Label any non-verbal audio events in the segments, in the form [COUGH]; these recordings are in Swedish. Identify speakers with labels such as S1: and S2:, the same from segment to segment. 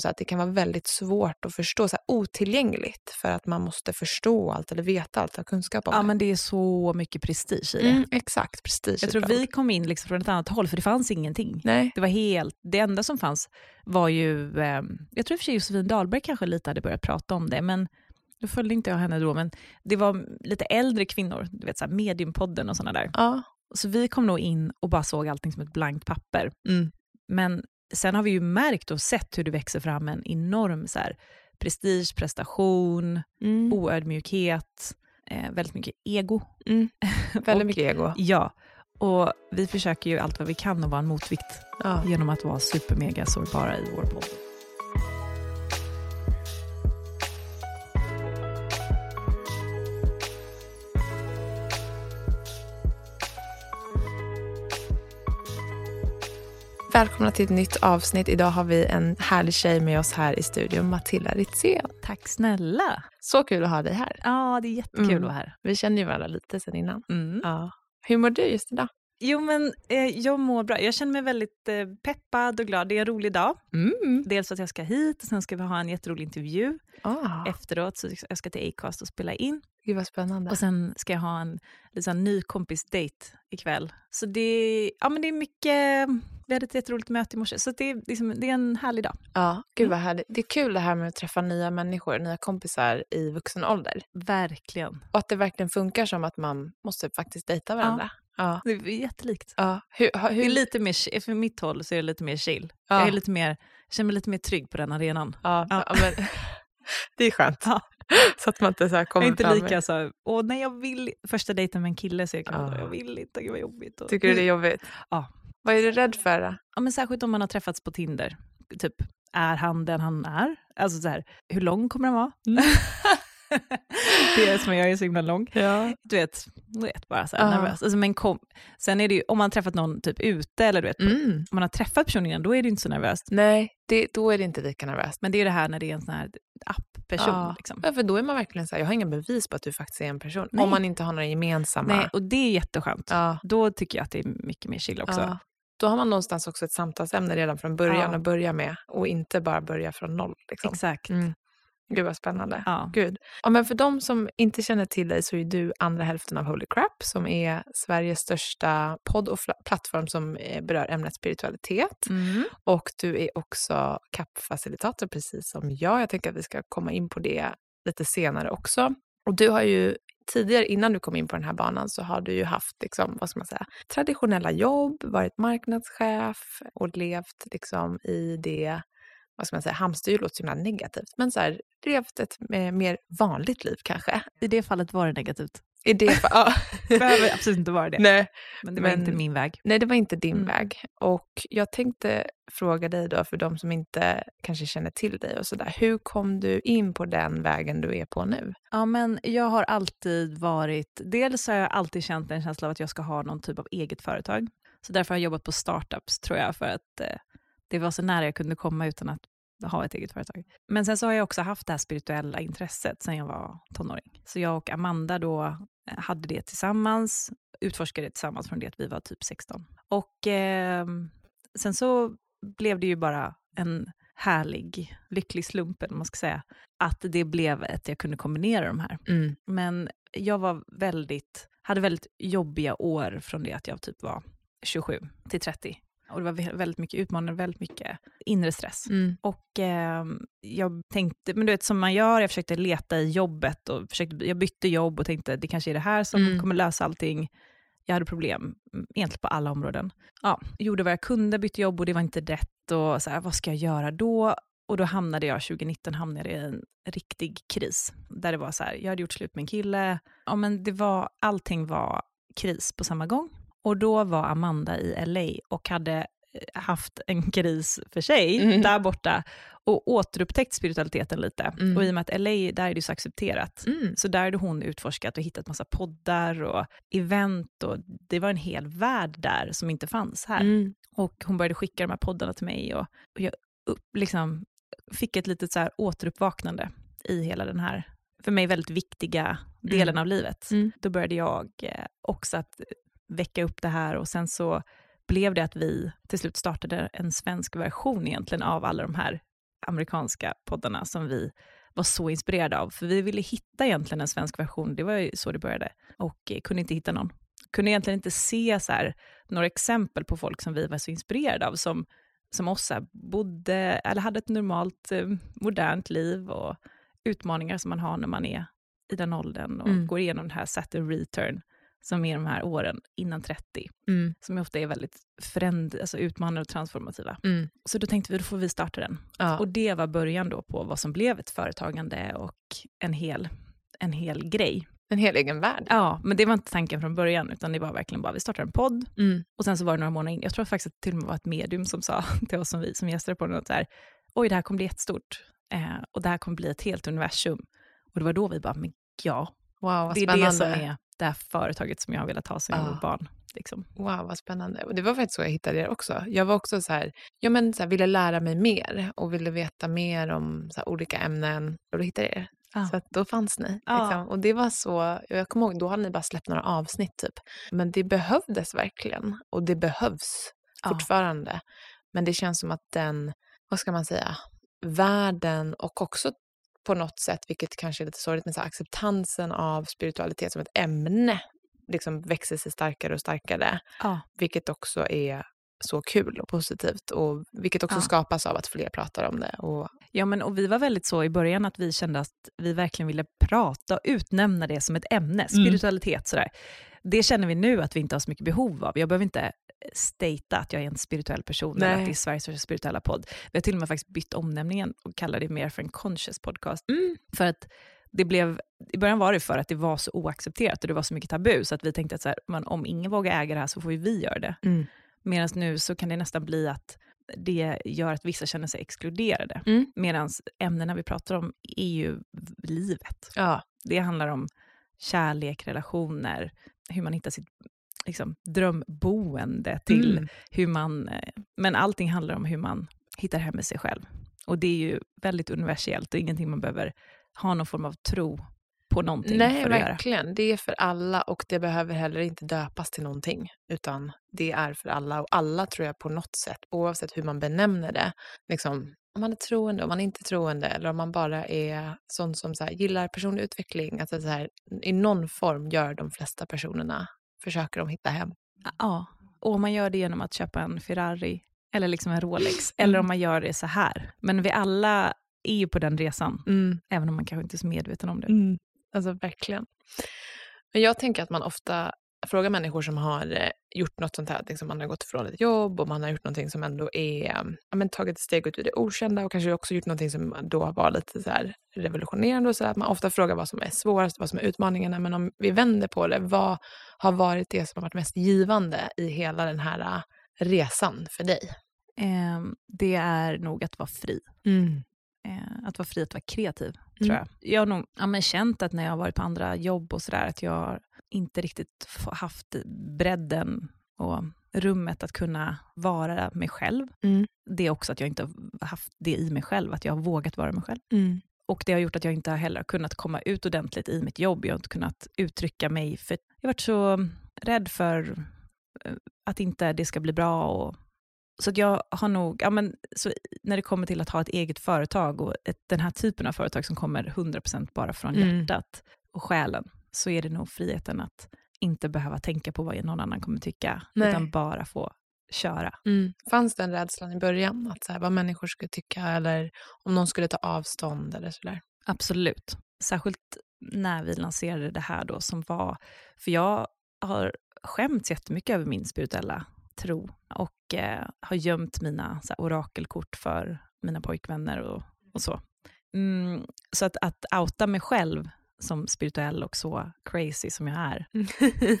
S1: så att det kan vara väldigt svårt att förstå, så här, otillgängligt för att man måste förstå allt eller veta allt, ha kunskap om
S2: Ja,
S1: det.
S2: men det är så mycket prestige i det.
S1: Mm, exakt, prestige. är
S2: Jag tror
S1: bra
S2: vi
S1: ord.
S2: kom in liksom från ett annat håll, för det fanns ingenting.
S1: Nej,
S2: Det var helt, det enda som fanns var ju, eh, jag tror i och för sig Josefin Dahlberg kanske lite hade börjat prata om det, men då följde inte jag henne då, men det var lite äldre kvinnor, du vet så här Mediumpodden och sådana där.
S1: ja.
S2: Så vi kom nog in och bara såg allting som ett blankt papper.
S1: Mm.
S2: Men sen har vi ju märkt och sett hur det växer fram en enorm så här, prestige, prestation,
S1: Mm.
S2: oödmjukhet, eh, väldigt mycket ego.
S1: Mm. Väldigt
S2: Och-
S1: mycket ego.
S2: Ja, och vi försöker ju allt vad vi kan att vara en motvikt
S1: Ja.
S2: genom att vara supermega sårbara i vår podd.
S1: Välkomna till ett nytt avsnitt. Idag har vi en härlig tjej med oss här i studion, Matilda Ritzén.
S2: Tack snälla.
S1: Så kul att ha dig här.
S2: Ja, det är jättekul
S1: Mm.
S2: att vara här. Mm.
S1: Vi känner ju varandra lite sedan innan. Ja. Hur mår du just idag?
S2: Jo, men eh, jag mår bra. Jag känner mig väldigt eh, peppad och glad. Det är en rolig dag.
S1: Mm.
S2: Dels att jag ska hit och sen ska vi ha en jätterolig intervju
S1: Ah,
S2: efteråt. Så jag ska till Acast och spela in.
S1: gud vad spännande.
S2: Och sen ska jag ha en liksom, ny kompis-date ikväll. Så det, ja, men det är mycket... Vi hade ett jätteroligt möte i morse, så det, är liksom, det är en härlig dag.
S1: Ja, gud vad härligt. Det är kul det här med att träffa nya människor, nya kompisar i vuxen ålder.
S2: Verkligen.
S1: Och att det verkligen funkar som att man måste faktiskt dejta varandra. Ja.
S2: Det är jättelikt.
S1: ja. Hur, ha- hur,
S2: Det är lite mer, för mitt håll så är det lite mer chill.
S1: Ja.
S2: Jag är lite mer, känner mig lite mer trygg på den arenan.
S1: ja,
S2: ja.
S1: ja, men, det är skönt.
S2: Ja.
S1: [LAUGHS] Så att man inte så här
S2: Jag
S1: kommer
S2: är inte
S1: fram
S2: lika så här, åh nej jag vill Första dejten med en kille så jag kan
S1: Ja.
S2: vara, jag vill inte, gud vad jobbigt. Och,
S1: Tycker du det är jobbigt?
S2: Ja.
S1: Vad är du rädd för då?
S2: Ja, men särskilt om man har träffats på Tinder. Typ, är han den han är? Alltså så här, hur lång kommer han vara?
S1: Mm.
S2: [LAUGHS] det är som jag är så himla lång.
S1: Ja.
S2: Du vet, du vet bara så här,
S1: Ja.
S2: nervös. Alltså, men kom, sen är det ju, om man har träffat någon typ ute eller du vet,
S1: Mm.
S2: om man har träffat personen innan, då är det ju inte så nervöst.
S1: Nej, det, då är det inte lika nervöst.
S2: Men det är ju det här när det är en sån här app-person.
S1: Ja.
S2: Liksom.
S1: Ja, för då är man verkligen så här, jag har inga bevis på att du faktiskt är en person.
S2: Nej.
S1: Om man inte har några gemensamma.
S2: Nej, och det är jätteskönt.
S1: Ja,
S2: Då tycker jag att det är mycket mer chill också.
S1: ja. Då har man någonstans också ett samtalsämne redan från början
S2: Ja.
S1: att börja med och inte bara börja från noll. Liksom.
S2: Exakt.
S1: Mm. Gud vad spännande.
S2: Ja.
S1: Gud. Ja, men för de som inte känner till dig så är du andra hälften av Holy Crap som är Sveriges största podd och fla- plattform som eh, berör ämnet spiritualitet.
S2: Mm.
S1: Och du är också CAP-facilitator precis som jag. Jag tänker att vi ska komma in på det lite senare också. Och du har ju tidigare, innan du kom in på den här banan, så har du ju haft liksom, vad ska man säga, traditionella jobb, varit marknadschef och levt liksom i det, vad ska man säga, hamsterhjul låter så himla negativt, men så här, levt ett eh, mer vanligt liv kanske.
S2: I det fallet var det negativt.
S1: [LAUGHS] I det, fa- ja,
S2: Det behöver absolut inte vara det.
S1: [LAUGHS] nej,
S2: men det var
S1: men-
S2: inte min väg.
S1: Nej, det var inte din
S2: Mm.
S1: väg. Och jag tänkte fråga dig då, för de som inte kanske känner till dig och sådär, hur kom du in på den vägen du är på nu?
S2: Ja, men jag har alltid varit... Dels har jag alltid känt en känsla av att jag ska ha någon typ av eget företag. Så därför har jag jobbat på startups, tror jag, för att eh, det var så nära jag kunde komma utan att ha ett eget företag. Men sen så har jag också haft det här spirituella intresset sen jag var tonåring. Så jag och Amanda då eh, hade det tillsammans, utforskade det tillsammans från det att vi var typ 16. Och ehm, sen så blev det ju bara en härlig, lycklig slump, eller vad man ska säga, att det blev att jag kunde kombinera de här. Men jag var väldigt, hade väldigt jobbiga år från det att jag typ var 27 till 30. Och det var vä- väldigt mycket utmaningar, väldigt mycket inre stress. Och eh, jag tänkte, men du vet som man gör, jag försökte leta i jobbet och försökte, jag bytte jobb och tänkte det kanske är det här som
S1: Mm.
S2: kommer lösa allting. Jag hade problem mm, egentligen på alla områden. Ja, gjorde vad jag kunde, bytte jobb och det var inte rätt och så här, vad ska jag göra då? Och då hamnade jag, 2019 hamnade jag i en riktig kris. Där det var så här, jag hade gjort slut med en kille, ja men det var, allting var kris på samma gång. Och då var Amanda i LA och hade eh, haft en kris för sig
S1: Mm.
S2: där borta och återupptäckt spiritualiteten lite.
S1: Mm.
S2: Och i och med att LA, där är det ju så accepterat. Så där hade hon utforskat och hittat massa poddar och event och det var en hel värld där som inte fanns här. Och hon började skicka de här poddarna till mig och, och jag upp, liksom, fick ett litet så här återuppvaknande i hela den här, för mig väldigt viktiga delen
S1: Mm.
S2: av livet.
S1: Mm.
S2: Då började jag eh, också att väcka upp det här och sen så blev det att vi till slut startade en svensk version egentligen av alla de här amerikanska poddarna som vi var så inspirerade av. För vi ville hitta egentligen en svensk version, det var ju så det började, och eh, kunde inte hitta någon. Kunde egentligen inte se så här, några exempel på folk som vi var så inspirerade av, som, som oss så här, bodde, eller hade ett normalt, eh, modernt liv och utmaningar som man har när man är i den åldern och
S1: Mm.
S2: går igenom det här Saturn return, som är de här åren innan 30,
S1: Mm.
S2: som ju ofta är väldigt föränd, alltså utmanande och transformativa.
S1: Mm.
S2: Så då tänkte vi, då får vi starta den.
S1: Ja.
S2: Och det var början då på vad som blev ett företagande och en hel, en hel grej.
S1: En hel egen värld.
S2: Ja, men det var inte tanken från början, utan det var verkligen bara, vi startar en podd
S1: Mm.
S2: och sen så var det några månader in, jag tror faktiskt att det till och med var ett medium som sa [LAUGHS] till oss som, vi, som gästade på något så här, oj det här kommer bli jättestort eh, och det här kommer bli ett helt universum. Och det var då vi bara, men ja,
S1: Wow, vad
S2: det är
S1: spännande.
S2: det som är det här företaget som jag har velat ha sedan jag
S1: Ja.
S2: var barn. Liksom.
S1: Wow, vad spännande. Och det var faktiskt så jag hittade er också. Jag var också så här, ja men så här, ville lära mig mer och ville veta mer om så här, olika ämnen. Och då hittade jag er.
S2: Ja.
S1: Så att då fanns ni.
S2: Ja.
S1: Liksom. Och det var så, jag kommer ihåg, då hade ni bara släppt några avsnitt typ. Men det behövdes verkligen. Och det behövs
S2: Ja.
S1: fortfarande. Men det känns som att den, vad ska man säga, världen och också på något sätt, vilket kanske är lite sorgligt, men så här, acceptansen av spiritualitet som ett ämne liksom växer sig starkare och starkare
S2: Ja.
S1: vilket också är så kul och positivt och vilket också
S2: Ja.
S1: skapas av att fler pratar om det. Och,
S2: Ja, men och vi var väldigt så i början att vi kände att vi verkligen ville prata och utnämna det som ett ämne, spiritualitet sådär. Det känner vi nu att vi inte har så mycket behov av. Jag behöver inte statea att jag är en spirituell person eller
S1: Nej.
S2: att det är Sveriges första spirituella podd. Vi har till och med faktiskt bytt omnämningen och kallar det mer för en conscious podcast. För att det blev, i början var det för att det var så oaccepterat och det var så mycket tabu så att vi tänkte att så här, men om ingen vågar äga det här så får ju vi göra det.
S1: Mm.
S2: Medan nu så kan det nästan bli att det gör att vissa känner sig exkluderade.
S1: Mm.
S2: Medan ämnena vi pratar om är ju livet.
S1: ja,
S2: Det handlar om kärlek, relationer, hur man hittar sitt liksom, drömboende till
S1: till.
S2: hur man... eh, Men allting handlar om hur man hittar hem med sig själv. Och det är ju väldigt universellt och ingenting man behöver ha någon form av tro på någonting
S1: Nej,
S2: för att göra.
S1: verkligen. Det är för alla och det behöver heller inte döpas till någonting, utan det är för alla och alla tror jag på något sätt, oavsett hur man benämner det, liksom om man är troende, om man inte är troende eller om man bara är sån som så här, gillar personlig utveckling. Alltså så här, I någon form gör de flesta personerna, försöker de hitta hem.
S2: Ja, och om man gör det genom att köpa en Ferrari eller liksom en Rolex,
S1: Mm.
S2: eller om man gör det så här. Men vi alla är ju på den resan, även om man kanske inte är så medveten om det.
S1: Mm. Alltså verkligen. Men jag tänker att man ofta frågar människor som har eh, gjort något sånt här, att liksom man har gått ifrån ett jobb och man har gjort någonting som ändå är, eh, ja, men tagit ett steg ut i det okända och kanske också gjort någonting som då var lite så här revolutionerande och så där. att man ofta frågar vad som är svårast, vad som är utmaningarna, men om vi vänder på det, vad har varit det som har varit mest givande i hela den här eh, resan för dig?
S2: Ehm, det är nog att vara fri. Eh, att vara fri att vara kreativ, tror jag. Jag har nog ja, men känt att när jag har varit på andra jobb och sådär, att jag har inte riktigt f- haft bredden och rummet att kunna vara mig själv.
S1: Mm.
S2: Det är också att jag inte har haft det i mig själv, att jag har vågat vara mig själv. Och det har gjort att jag inte heller har kunnat komma ut ordentligt i mitt jobb. Jag har inte kunnat uttrycka mig, för jag har varit så mm, rädd för eh, att inte det ska bli bra. Och, så att jag har nog, ja men, så i- när det kommer till att ha ett eget företag och ett, den här typen av företag som kommer 100% bara från
S1: Mm.
S2: hjärtat och själen, så är det nog friheten att inte behöva tänka på vad någon annan kommer tycka,
S1: Nej.
S2: utan bara få köra.
S1: Mm. Fanns den rädslan i början, att så här, vad människor skulle tycka eller om någon skulle ta avstånd eller sådär?
S2: Absolut. Särskilt när vi lanserade det här då som var, för jag har skämts jättemycket över min spirituella tro och eh, har gömt mina så här, orakelkort för mina pojkvänner och, och så. Mm, så att, att outa mig själv som spirituell och så crazy som jag är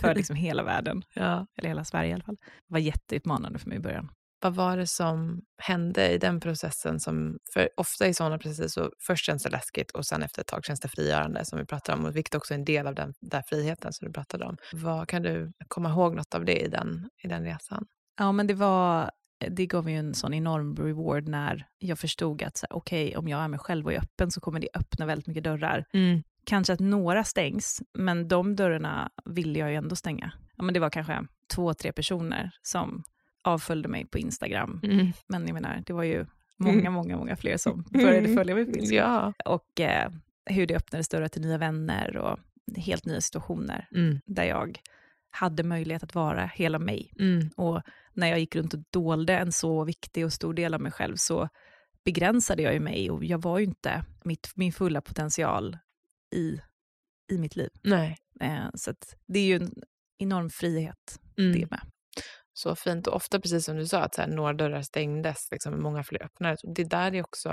S1: [LAUGHS]
S2: för liksom hela världen,
S1: ja.
S2: eller hela Sverige i alla fall, var jätteutmanande för mig i början.
S1: Vad var det som hände i den processen? Som, för ofta i sådana processer så först känns det läskigt och sen efter ett tag känns det frigörande som vi pratar om, och vilket också är en del av den där friheten som du pratade om. Vad, kan du komma ihåg något av det i den, i den resan?
S2: Ja, men det var det gav mig ju en sån enorm reward när jag förstod att så här, okej, om jag är mig själv och är öppen så kommer det öppna väldigt mycket dörrar.
S1: Mm.
S2: Kanske att några stängs, men de dörrarna ville jag ju ändå stänga. Ja, men det var kanske två, tre personer som avföljde mig på Instagram. Men jag menar, det var ju många,
S1: Mm.
S2: många, många
S1: [LAUGHS]
S2: fler som började
S1: Mm.
S2: följa mig på Instagram.
S1: Ja.
S2: Och eh, hur det öppnades dörrar till nya vänner och helt nya situationer
S1: Mm.
S2: där jag hade möjlighet att vara hela mig.
S1: Mm.
S2: Och när jag gick runt och dolde en så viktig och stor del av mig själv så begränsade jag ju mig och jag var ju inte mitt, min fulla potential i, i mitt liv.
S1: Nej.
S2: Eh, så att det är ju en enorm frihet
S1: Mm.
S2: det med.
S1: Så fint. Och ofta, precis som du sa, att så här, några dörrar stängdes, liksom, många fler öppnades. Och det där är också,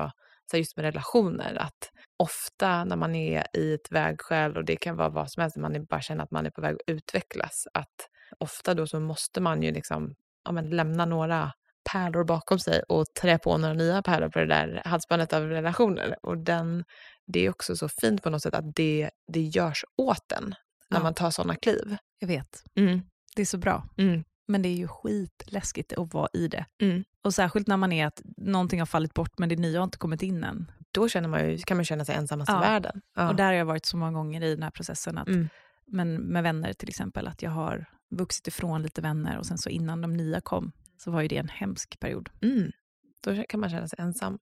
S1: så här, just med relationer, att ofta när man är i ett vägskäl, och det kan vara vad som helst, när man är- bara känner att man är på väg att utvecklas, att ofta då så måste man ju liksom, ja, men, lämna några pärlor bakom sig och trä på några nya pärlor på det där halsbandet av relationer. Och den, det är också så fint på något sätt att det, det görs åt en när
S2: Ja.
S1: man tar sådana kliv.
S2: Jag vet,
S1: Mm.
S2: det är så bra.
S1: Mm.
S2: Men det är ju skitläskigt att vara i det.
S1: Mm.
S2: Och särskilt när man är att någonting har fallit bort men det nya har inte kommit in än.
S1: Då känner man ju, kan man känna sig ensammast
S2: Ja.
S1: i världen. Ja.
S2: Och där har jag varit så många gånger i den här processen, att,
S1: Mm.
S2: men med vänner till exempel, att jag har vuxit ifrån lite vänner och sen så innan de nya kom så var ju det en hemsk period.
S1: Mm. Då kan man känna sig ensam.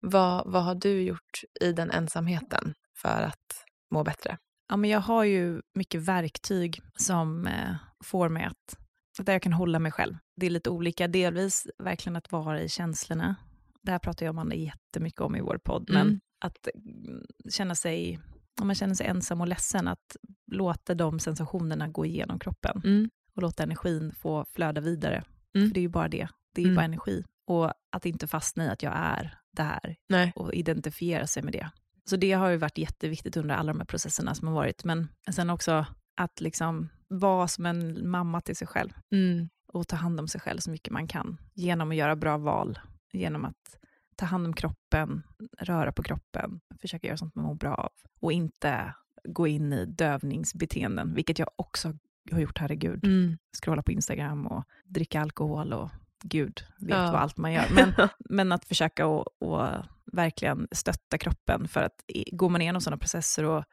S1: Vad, vad har du gjort i den ensamheten för att må bättre?
S2: Ja, men jag har ju mycket verktyg som eh, får mig att, där jag kan hålla mig själv. Det är lite olika, delvis verkligen att vara i känslorna. Det här pratar jag och Amanda jättemycket om i vår podd, men
S1: Mm.
S2: att mm, känna sig, om man känner sig ensam och ledsen, att låta de sensationerna gå igenom kroppen. och låta energin få flöda vidare.
S1: Mm.
S2: För det är ju bara det, det är ju
S1: Mm.
S2: bara energi. Och att inte fastna i att jag är det här
S1: Nej.
S2: och identifiera sig med det. Så det har ju varit jätteviktigt under alla de här processerna som har varit. Men sen också att liksom vara som en mamma till sig själv och ta hand om sig själv så mycket man kan genom att göra bra val, genom att ta hand om kroppen, röra på kroppen, försöka göra sånt man mår bra av och inte gå in i dövningsbeteenden, vilket jag också har gjort, herregud scrolla på Instagram och dricka alkohol och gud vet
S1: Ja.
S2: vad allt man gör. Men,
S1: [LAUGHS]
S2: men att försöka och, och verkligen stötta kroppen för att i- går man igenom sådana processer och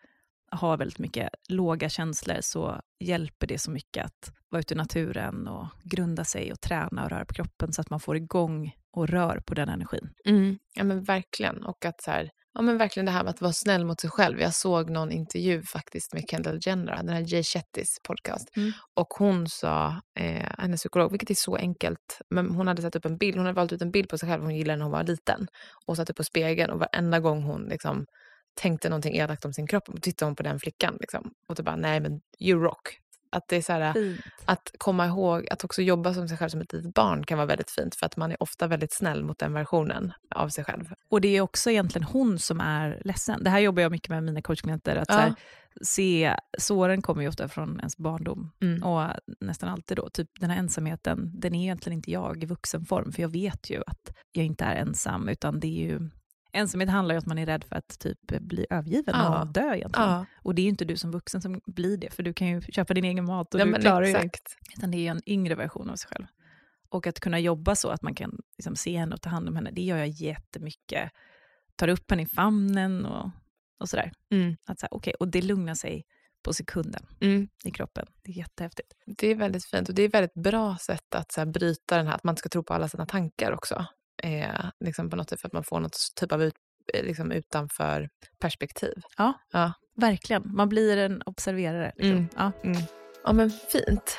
S2: har väldigt mycket låga känslor så hjälper det så mycket att vara ute i naturen och grunda sig och träna och röra på kroppen så att man får igång och rör på den energin.
S1: Mm. Ja men verkligen. Och att så här, ja men verkligen det här med att vara snäll mot sig själv. Jag såg någon intervju faktiskt med Kendall Jenner, den här Jay Shettis podcast.
S2: Mm.
S1: Och hon sa, eh, hennes psykolog, vilket är så enkelt, men hon hade satt upp en bild, hon hade valt ut en bild på sig själv hon gillade när hon var liten. Och satt upp på spegeln och varenda gång hon liksom tänkte någonting elakt om sin kropp, tittade hon på den flickan liksom. Och då bara, nej men you rock. Att det är så här,
S2: Fint.
S1: att komma ihåg att också jobba som sig själv som ett litet barn kan vara väldigt fint för att man är ofta väldigt snäll mot den versionen av sig själv.
S2: Och det är också egentligen hon som är ledsen. Det här jobbar jag mycket med mina coachklienter, att så
S1: Ja.
S2: här, se, såren kommer ju ofta från ens barndom.
S1: Mm.
S2: Och nästan alltid då, typ den här ensamheten, den är egentligen inte jag i vuxen form, för jag vet ju att jag inte är ensam, utan det är ju... Ensamhet handlar ju om att man är rädd för att typ bli övergiven
S1: Ja.
S2: och dö egentligen. Och det är ju inte du som vuxen som blir det, för du kan ju köpa din egen mat och
S1: Ja,
S2: du
S1: men
S2: klarar ju det.
S1: exakt.
S2: Utan det är ju en yngre version av sig själv. Och att kunna jobba så att man kan liksom, se henne och ta hand om henne, det gör jag jättemycket. Tar upp henne i famnen och, och sådär.
S1: Mm.
S2: Att, så här, okej, och det lugnar sig på sekunden
S1: Mm.
S2: i kroppen. Det är jättehäftigt.
S1: Det är väldigt fint och det är ett väldigt bra sätt att så här, bryta den här, att man inte ska tro på alla sina tankar också. Eh, liksom på något sätt för att man får något typ av ut, eh, liksom utanför perspektiv.
S2: Verkligen, man blir en observerare. Liksom.
S1: Mm.
S2: Ja.
S1: Ja men fint.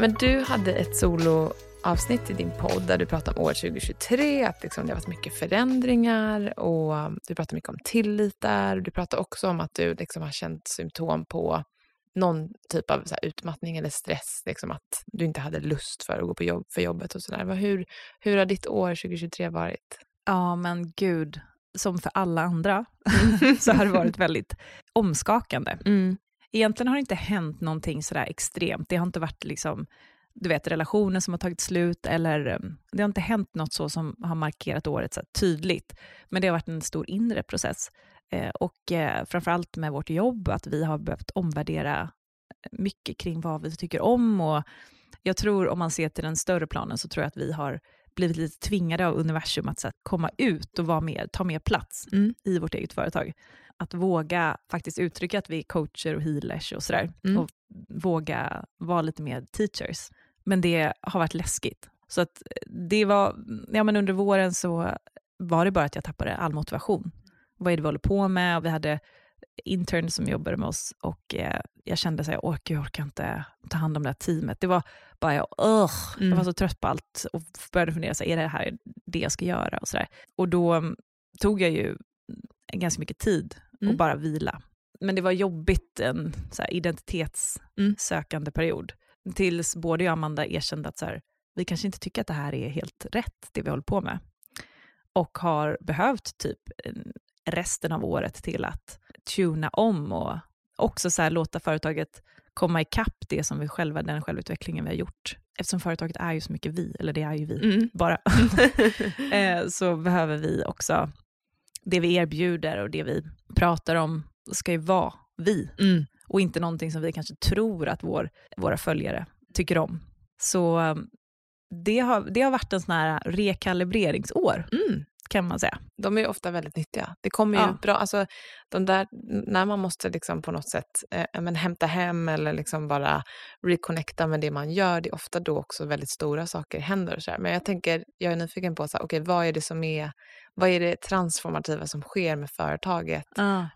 S1: Men du hade ett soloavsnitt i din podd där du pratade om år 2023, att liksom det har varit mycket förändringar och um, du pratade mycket om tillit där. Du pratade också om att du liksom har känt symptom på någon typ av så här utmattning eller stress, liksom att du inte hade lust för att gå på jobb, för jobbet och sådär. Vad- Hur, hur har ditt år 2023 varit?
S2: ja, men gud, som för alla andra så har det varit väldigt omskakande.
S1: Mm.
S2: Egentligen har det inte hänt någonting sådär extremt. Det har inte varit liksom, du vet, relationer som har tagit slut eller eh, det har inte hänt något så som har markerat året så här tydligt. Men det har varit en stor inre process. Eh, och eh, framförallt med vårt jobb, att vi har behövt omvärdera eh, mycket kring vad vi tycker om. Och jag tror, om man ser till den större planen, så tror jag att vi har blivit lite tvingade av universum att så här, komma ut och vara mer, ta mer plats
S1: Mm.
S2: i vårt eget företag att våga faktiskt uttrycka att vi är coacher och healers och sådär.
S1: Mm.
S2: Och våga vara lite mer teachers. Men det har varit läskigt. Så att eh, det var, ja men under våren så var det bara att jag tappade all motivation. Vad är det vi håller på med? Och vi hade intern som jobbade med oss och eh, jag kände så här, åh gud, jag orkar inte ta hand om det här teamet. Det var bara, jag, ugh, jag
S1: Mm.
S2: var så trött på allt och började fundera, så här, är det här det jag ska göra? Och, så där. och då mm, tog jag ju ganska mycket tid
S1: Mm.
S2: och bara vila. Men det var jobbigt en så här, identitetssökande period. Tills både jag och Amanda erkände att så här, vi kanske inte tycker att det här är helt rätt, det vi håller på med. Och har behövt typ en- resten av året till att tuna om och också så här, låta företaget komma ikapp det som vi själva, den självutvecklingen vi har gjort. Eftersom företaget är ju så mycket vi, eller det är ju vi
S1: Mm.
S2: bara, [LAUGHS] eh, så behöver vi också, det vi erbjuder och det vi pratar om ska ju vara vi
S1: Mm.
S2: och inte någonting som vi kanske tror att vår, våra följare tycker om. Så eh, det har, det har varit en sån här rekalibreringsår
S1: Mm.
S2: kan man säga.
S1: De är ju ofta väldigt nyttiga. Det kommer ju
S2: Ja.
S1: bra, alltså de där, när man måste liksom på något sätt eh, ja, men hämta hem eller liksom bara reconnecta med det man gör, det är ofta då också väldigt stora saker händer. Och så här. Men jag tänker, jag är nyfiken på, så här, okej, vad är det som är, vad är det transformativa som sker med företaget?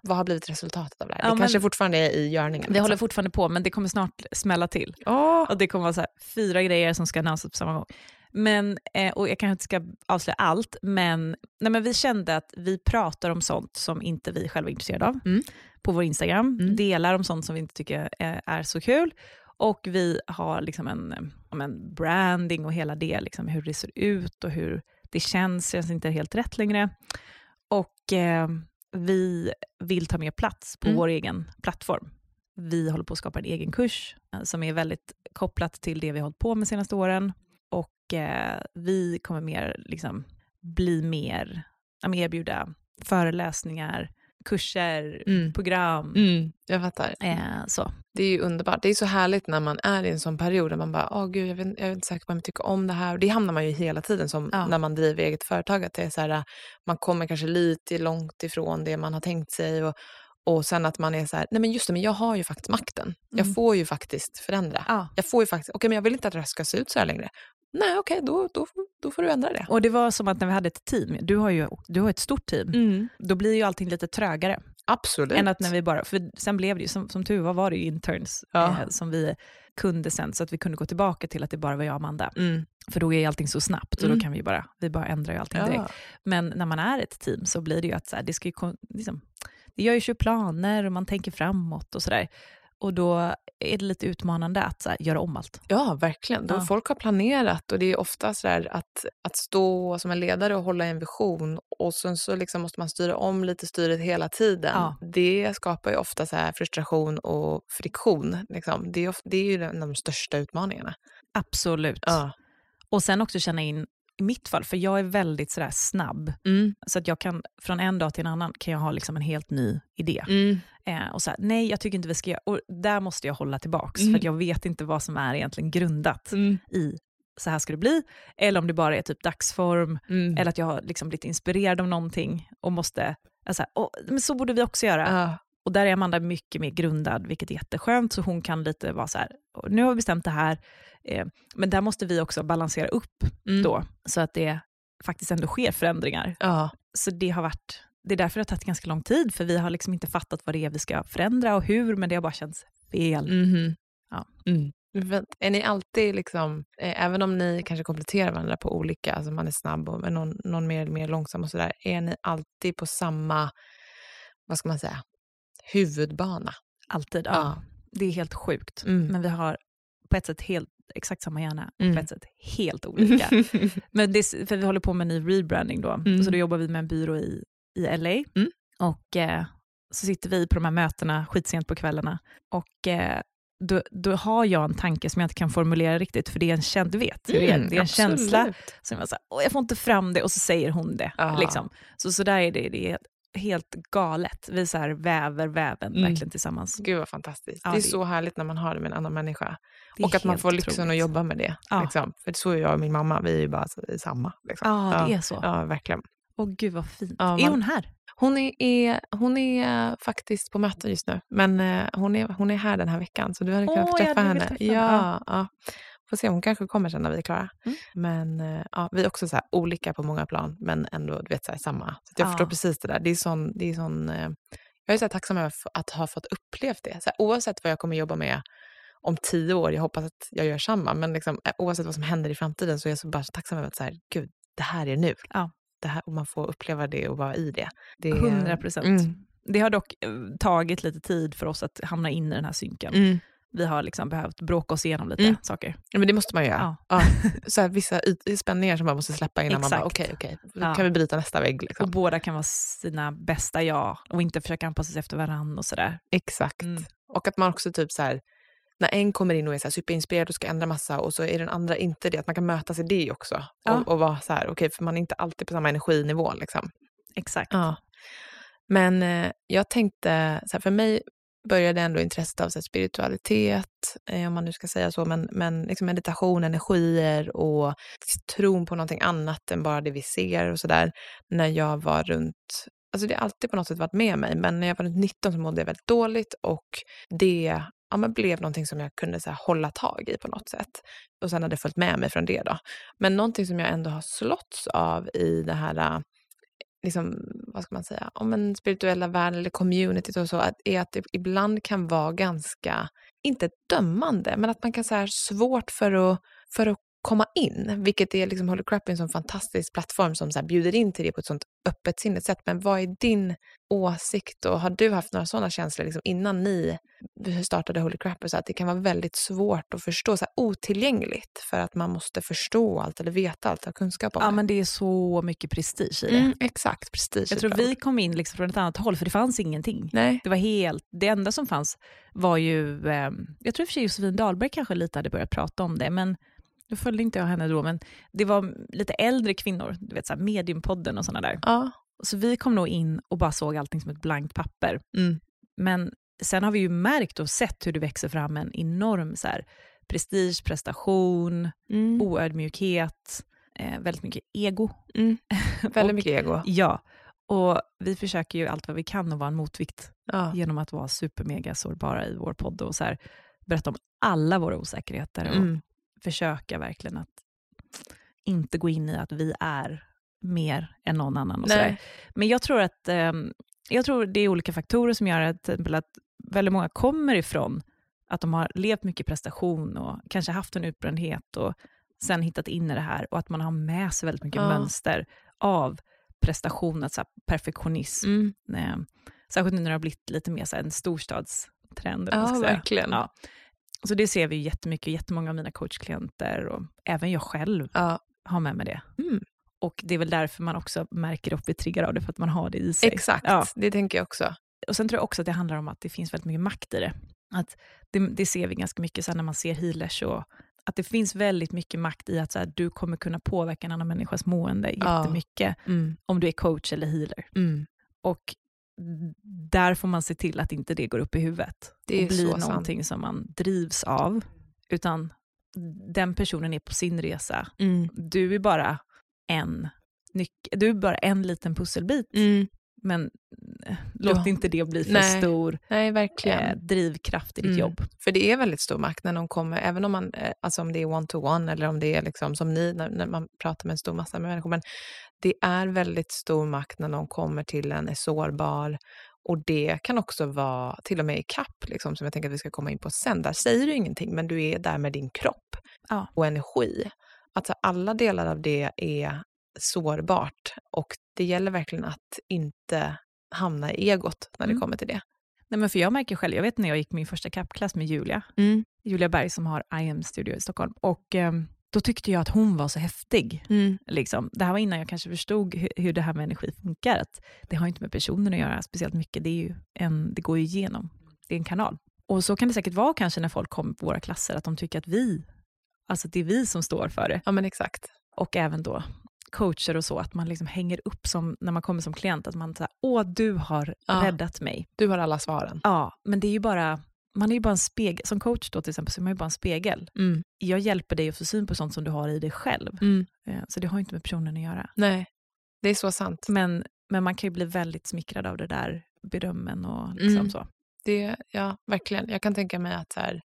S1: Vad har blivit resultatet av det här?
S2: Ja,
S1: det
S2: men-
S1: kanske fortfarande är i görningen. liksom.
S2: Vi håller fortfarande på men det kommer snart smälla till.
S1: Åh,
S2: Och det kommer vara så här, fyra grejer som ska annonsas på samma gång. Men, eh, och jag kanske inte ska avslöja allt, men, nej, men vi kände att vi pratar om sånt som inte vi själva är intresserade av
S1: Mm.
S2: på vår Instagram,
S1: Mm.
S2: delar om sånt som vi inte tycker eh, är så kul och vi har liksom en, eh, om en branding och hela det, liksom hur det ser ut och hur det känns, känns inte helt rätt längre. Och eh, vi vill ta mer plats på
S1: Mm.
S2: vår egen plattform. Vi håller på att skapa en egen kurs eh, som är väldigt kopplat till det vi har hållit på med de senaste åren. Och eh, vi kommer mer, liksom, bli mer, ja, men erbjuda föreläsningar, kurser,
S1: mm.
S2: program.
S1: Mm, jag fattar.
S2: Eh, så.
S1: Det är ju underbart. Det är så härligt när man är i en sån period där man bara, åh gud, jag, vet, jag är inte säker på om jag tycker om det här. Och det hamnar man ju hela tiden som
S2: Ja.
S1: när man driver eget företag. Att det är så här, man kommer kanske lite långt ifrån det man har tänkt sig. Och, och sen att man är så här, nej men just det, men jag har ju faktiskt makten. Jag
S2: Mm.
S1: får ju faktiskt förändra.
S2: Ja.
S1: Jag får ju faktiskt, okej men jag vill inte att det här ska se ut så här längre. Nej okej, då, då, då får du ändra det.
S2: Och det var som att när vi hade ett team, du har ju du har ett stort team,
S1: Mm.
S2: då blir ju allting lite trögare.
S1: Absolut.
S2: Mm. Än att när vi bara, för sen blev det ju, som, som tur var var det ju interns
S1: Ja.
S2: eh, som vi kunde sen, så att vi kunde gå tillbaka till att det bara var jag och Amanda.
S1: mm.
S2: För då är ju allting så snabbt och
S1: Mm.
S2: då kan vi ju bara, vi bara ändrar ju allting direkt.
S1: ja.
S2: Men när man är ett team så blir det ju att så här, det, ska ju, kon- liksom, det görs ju planer och man tänker framåt och sådär. Och då är det lite utmanande att så här, göra om allt.
S1: Ja, verkligen. Då
S2: Ja.
S1: Folk har planerat och det är ofta så där att, att stå som en ledare och hålla i en vision och sen så liksom måste man styra om lite styret hela tiden.
S2: Ja.
S1: Det skapar ju ofta så här frustration och friktion. Liksom. Det, är of, det är ju de, de största utmaningarna.
S2: Absolut. Och sen också känna in, i mitt fall, för jag är väldigt sådär snabb,
S1: Mm,
S2: så att jag kan från en dag till en annan kan jag ha liksom en helt ny idé.
S1: mm,
S2: Eh, och så här, nej, jag tycker inte vi ska göra, och där måste jag hålla tillbaks,
S1: Mm.
S2: för att jag vet inte vad som är egentligen grundat
S1: mm,
S2: i så här ska det bli, eller om det bara är typ dagsform,
S1: mm.
S2: eller att jag har liksom blivit inspirerad av någonting och måste, alltså, och, men så borde vi också göra.
S1: Ja.
S2: Och där är Amanda mycket mer grundad, vilket är jätteskönt, så hon kan lite vara så här, "Och nu har vi bestämt det här, eh, men där måste vi också balansera upp
S1: Mm.
S2: då, så att det faktiskt ändå sker förändringar.
S1: Ja.
S2: Så det har varit, det är därför det har tagit ganska lång tid, för vi har liksom inte fattat vad det är vi ska förändra och hur, men det har bara känts fel.
S1: Mhm.
S2: Ja.
S1: Mm. Vet- Är ni alltid, liksom, eh, även om ni kanske kompletterar varandra på olika, alltså man är snabb och men någon, någon mer eller mer långsam och sådär, är ni alltid på samma, vad ska man säga, huvudbana?
S2: Alltid. Ja. Det är helt sjukt.
S1: Mm.
S2: Men vi har på ett sätt helt, exakt samma hjärna, och
S1: Mm.
S2: på ett sätt
S1: [LAUGHS]
S2: helt [LAUGHS] olika. Men det, är- för vi håller på med en ny rebranding då,
S1: Mm.
S2: så då jobbar vi med en byrå i, i LA.
S1: Mm.
S2: Och eh, så sitter vi på de här mötena skitsent på kvällarna. Och eh, då, då har jag en tanke som jag inte kan formulera riktigt, för det är en, känd, du vet, hur det är.
S1: Mm,
S2: det är en känsla.
S1: absolut.
S2: Som jag, så här, "Åh, jag får inte fram det och så säger hon det.
S1: Ja.
S2: Liksom. Så, så där är det, det är helt galet. Vi så här väver väven
S1: Mm.
S2: verkligen tillsammans.
S1: Gud vad fantastiskt.
S2: Ja,
S1: det är
S2: det-
S1: så härligt när man har det med en annan människa.
S2: Det är
S1: Och att man
S2: helt
S1: får lyxen
S2: otroligt.
S1: att jobba med det.
S2: Ja.
S1: Liksom. För så är jag och min mamma, vi är ju bara så- samma. Liksom.
S2: Ja, det är så.
S1: Ja, verkligen.
S2: Åh gud vad fint.
S1: Ja,
S2: Är
S1: man-
S2: hon här?
S1: Hon är, är, hon är eh, faktiskt på möten just nu, men eh, hon är, hon är här den här veckan så du hade kunnat
S2: Åh,
S1: få
S2: jag
S1: träffa
S2: hade
S1: henne.
S2: velat träffa henne,
S1: ja, ja. Får se, hon kanske kommer sen när vi är klara.
S2: Mm.
S1: Men eh, ja, vi är också så här olika på många plan, men ändå du vet, så här, samma. Så att jag
S2: Ja.
S1: förstår precis det där. Det är sån, det är sån, eh, jag är så här tacksam över f- att ha fått upplevt det. Så här, oavsett vad jag kommer jobba med om tio år, jag hoppas att jag gör samma, men liksom, eh, oavsett vad som händer i framtiden så är jag så bara så tacksam över att så här, gud, det här är nu.
S2: Ja.
S1: Det här, och man får uppleva det och vara i det. det är-
S2: 100 procent.
S1: Mm.
S2: Det har dock eh, tagit lite tid för oss att hamna in i den här synken.
S1: Mm.
S2: Vi har liksom behövt bråka oss igenom lite
S1: Mm.
S2: saker.
S1: Ja, Men det måste man ju göra.
S2: Ja.
S1: Ja.
S2: [LAUGHS]
S1: Så här, vissa yt- spänningar som man måste släppa innan man bara,
S2: Exakt.
S1: okej, okej, då
S2: Ja.
S1: kan vi bryta nästa vägg.
S2: Och
S1: Liksom.
S2: båda kan vara sina bästa jag och inte försöka anpassa sig efter varandra och sådär.
S1: Exakt.
S2: Mm.
S1: Och att man också typ så här, när en kommer in och är så här superinspirerad och ska ändra massa och så är den andra inte det, att man kan mötas i det också.
S2: Ja.
S1: Och, och vara så här, okej, för man är inte alltid på samma energinivå. Liksom.
S2: Exakt.
S1: Ja. Men eh, jag tänkte, så här, för mig började ändå intresset av så här, spiritualitet, eh, om man nu ska säga så, men, men liksom meditation, energier och tron på någonting annat än bara det vi ser och sådär, när jag var runt Alltså det har alltid på något sätt varit med mig, men när jag var runt 19 så mådde jag väldigt dåligt och det ja, men blev någonting som jag kunde så här, hålla tag i på något sätt. Och sen hade det följt med mig från det då. Men någonting som jag ändå har slåtts av i det här eh, liksom, vad ska man säga, om en spirituella världen eller communityt och så, att, är att det ibland kan vara ganska, inte dömande, men att man kan så här svårt för att, för att komma in, vilket är liksom Holy Crap är en sån fantastisk plattform som så här bjuder in till det på ett sånt öppet sinnigt sätt. Men vad är din åsikt och har du haft några sådana känslor liksom innan ni startade Holy Crap? och Så att det kan vara väldigt svårt att förstå, så här otillgängligt för att man måste förstå allt eller veta allt, ha kunskap om
S2: Ja,
S1: det.
S2: men det är så mycket prestige i det.
S1: Mm, exakt, prestige.
S2: Jag tror vi kom in liksom från ett annat håll, för det fanns ingenting.
S1: Nej.
S2: Det var helt, det enda som fanns var ju, eh, jag tror i och för sig Josefin Dahlberg kanske lite hade börjat prata om det, men nu följde inte jag henne då, men det var lite äldre kvinnor, du vet så här Mediumpodden och sådana där.
S1: [LAUGHS] Ja.
S2: Så vi kom nog in och bara såg allting som ett blankt papper.
S1: Mm.
S2: Men sen har vi ju märkt och sett hur det växer fram en enorm så här, prestige, prestation, oödmjukhet, eh, väldigt mycket ego.
S1: Väldigt mycket ego.
S2: Ja, och vi försöker ju allt vad vi kan att vara en motvikt
S1: Ja.
S2: genom att vara supermega sårbara i vår podd och så här, berätta om alla våra osäkerheter och
S1: Mm.
S2: försöka verkligen att inte gå in i att vi är mer än någon annan. Och så där.
S1: Nej.
S2: Men jag tror att ehm, jag tror det är olika faktorer som gör att, till exempel att väldigt många kommer ifrån att de har levt mycket prestation och kanske haft en utbrändhet och sen hittat in i det här och att man har med sig väldigt mycket
S1: Ja.
S2: mönster av prestation, att så här, perfektionism.
S1: Mm.
S2: Eh, särskilt nu när det har blivit lite mer så här, en storstadstrend. eller vad man
S1: Ja,
S2: ska säga.
S1: verkligen.
S2: Ja. Så det ser vi ju jättemycket, jättemånga av mina coachklienter och även jag själv
S1: Ja.
S2: har med mig det.
S1: Mm.
S2: Och det är väl därför man också märker och blir triggad av det, för att man har det i sig.
S1: Exakt,
S2: Ja.
S1: det tänker jag också.
S2: Och sen tror jag också att det handlar om att det finns väldigt mycket makt i det. Att det, det ser vi ganska mycket sen när man ser healers och att det finns väldigt mycket makt i att så här, du kommer kunna påverka en annan människas mående
S1: Ja.
S2: jättemycket
S1: Mm.
S2: om du är coach eller healer.
S1: Mm.
S2: Och där får man se till att inte det går upp i huvudet
S1: Det är
S2: och blir
S1: så sant.
S2: någonting som man drivs av, utan den personen är på sin resa.
S1: Mm.
S2: Du är bara en, nyc- du är bara en liten pusselbit,
S1: Mm.
S2: men eh, låt
S1: Ja.
S2: inte det bli för
S1: Nej.
S2: stor
S1: Nej, verkligen.
S2: eh, drivkraft i ditt
S1: Mm.
S2: jobb.
S1: För det är väldigt stor makt när någon kommer, även om, man, eh, alltså om det är one-to-one eller om det är liksom som ni, när, när man pratar med en stor massa med människor. Men det är väldigt stor makt när någon kommer till en, är sårbar. Och det kan också vara till och med i kapp, liksom, som jag tänker att vi ska komma in på sen. Där säger du ingenting, men du är där med din kropp
S2: Ja.
S1: och energi. Alltså alla delar av det är sårbart och det gäller verkligen att inte hamna i egot när det
S2: Mm.
S1: kommer till det.
S2: Nej, men för jag märker själv, jag vet när jag gick min första kappklass med Julia, Julia Berg som har IM Studio i Stockholm, och ehm, då tyckte jag att hon var så häftig. Liksom. Det här var innan jag kanske förstod hur, hur det här med energi funkar. Att det har inte med personen att göra speciellt mycket. Det, är ju en, det går ju igenom. Det är en kanal. Och så kan det säkert vara kanske när folk kommer på våra klasser, att de tycker att vi, alltså att det är vi som står för det.
S1: Ja men exakt.
S2: Och även då coacher och så, att man liksom hänger upp som, när man kommer som klient, att man säger åh du har
S1: Ja.
S2: räddat mig.
S1: Du har alla svaren.
S2: Ja, men det är ju bara, man är ju bara en spegel, som coach då till exempel, så är man ju bara en spegel. Jag hjälper dig att få syn på sånt som du har i dig själv.
S1: Mm.
S2: Eh, Så det har ju inte med personen att göra.
S1: Nej, det är så sant.
S2: Men Men man kan ju bli väldigt smickrad av det där berömmen och liksom
S1: Mm.
S2: så.
S1: Det, ja, verkligen. Jag kan tänka mig att så här,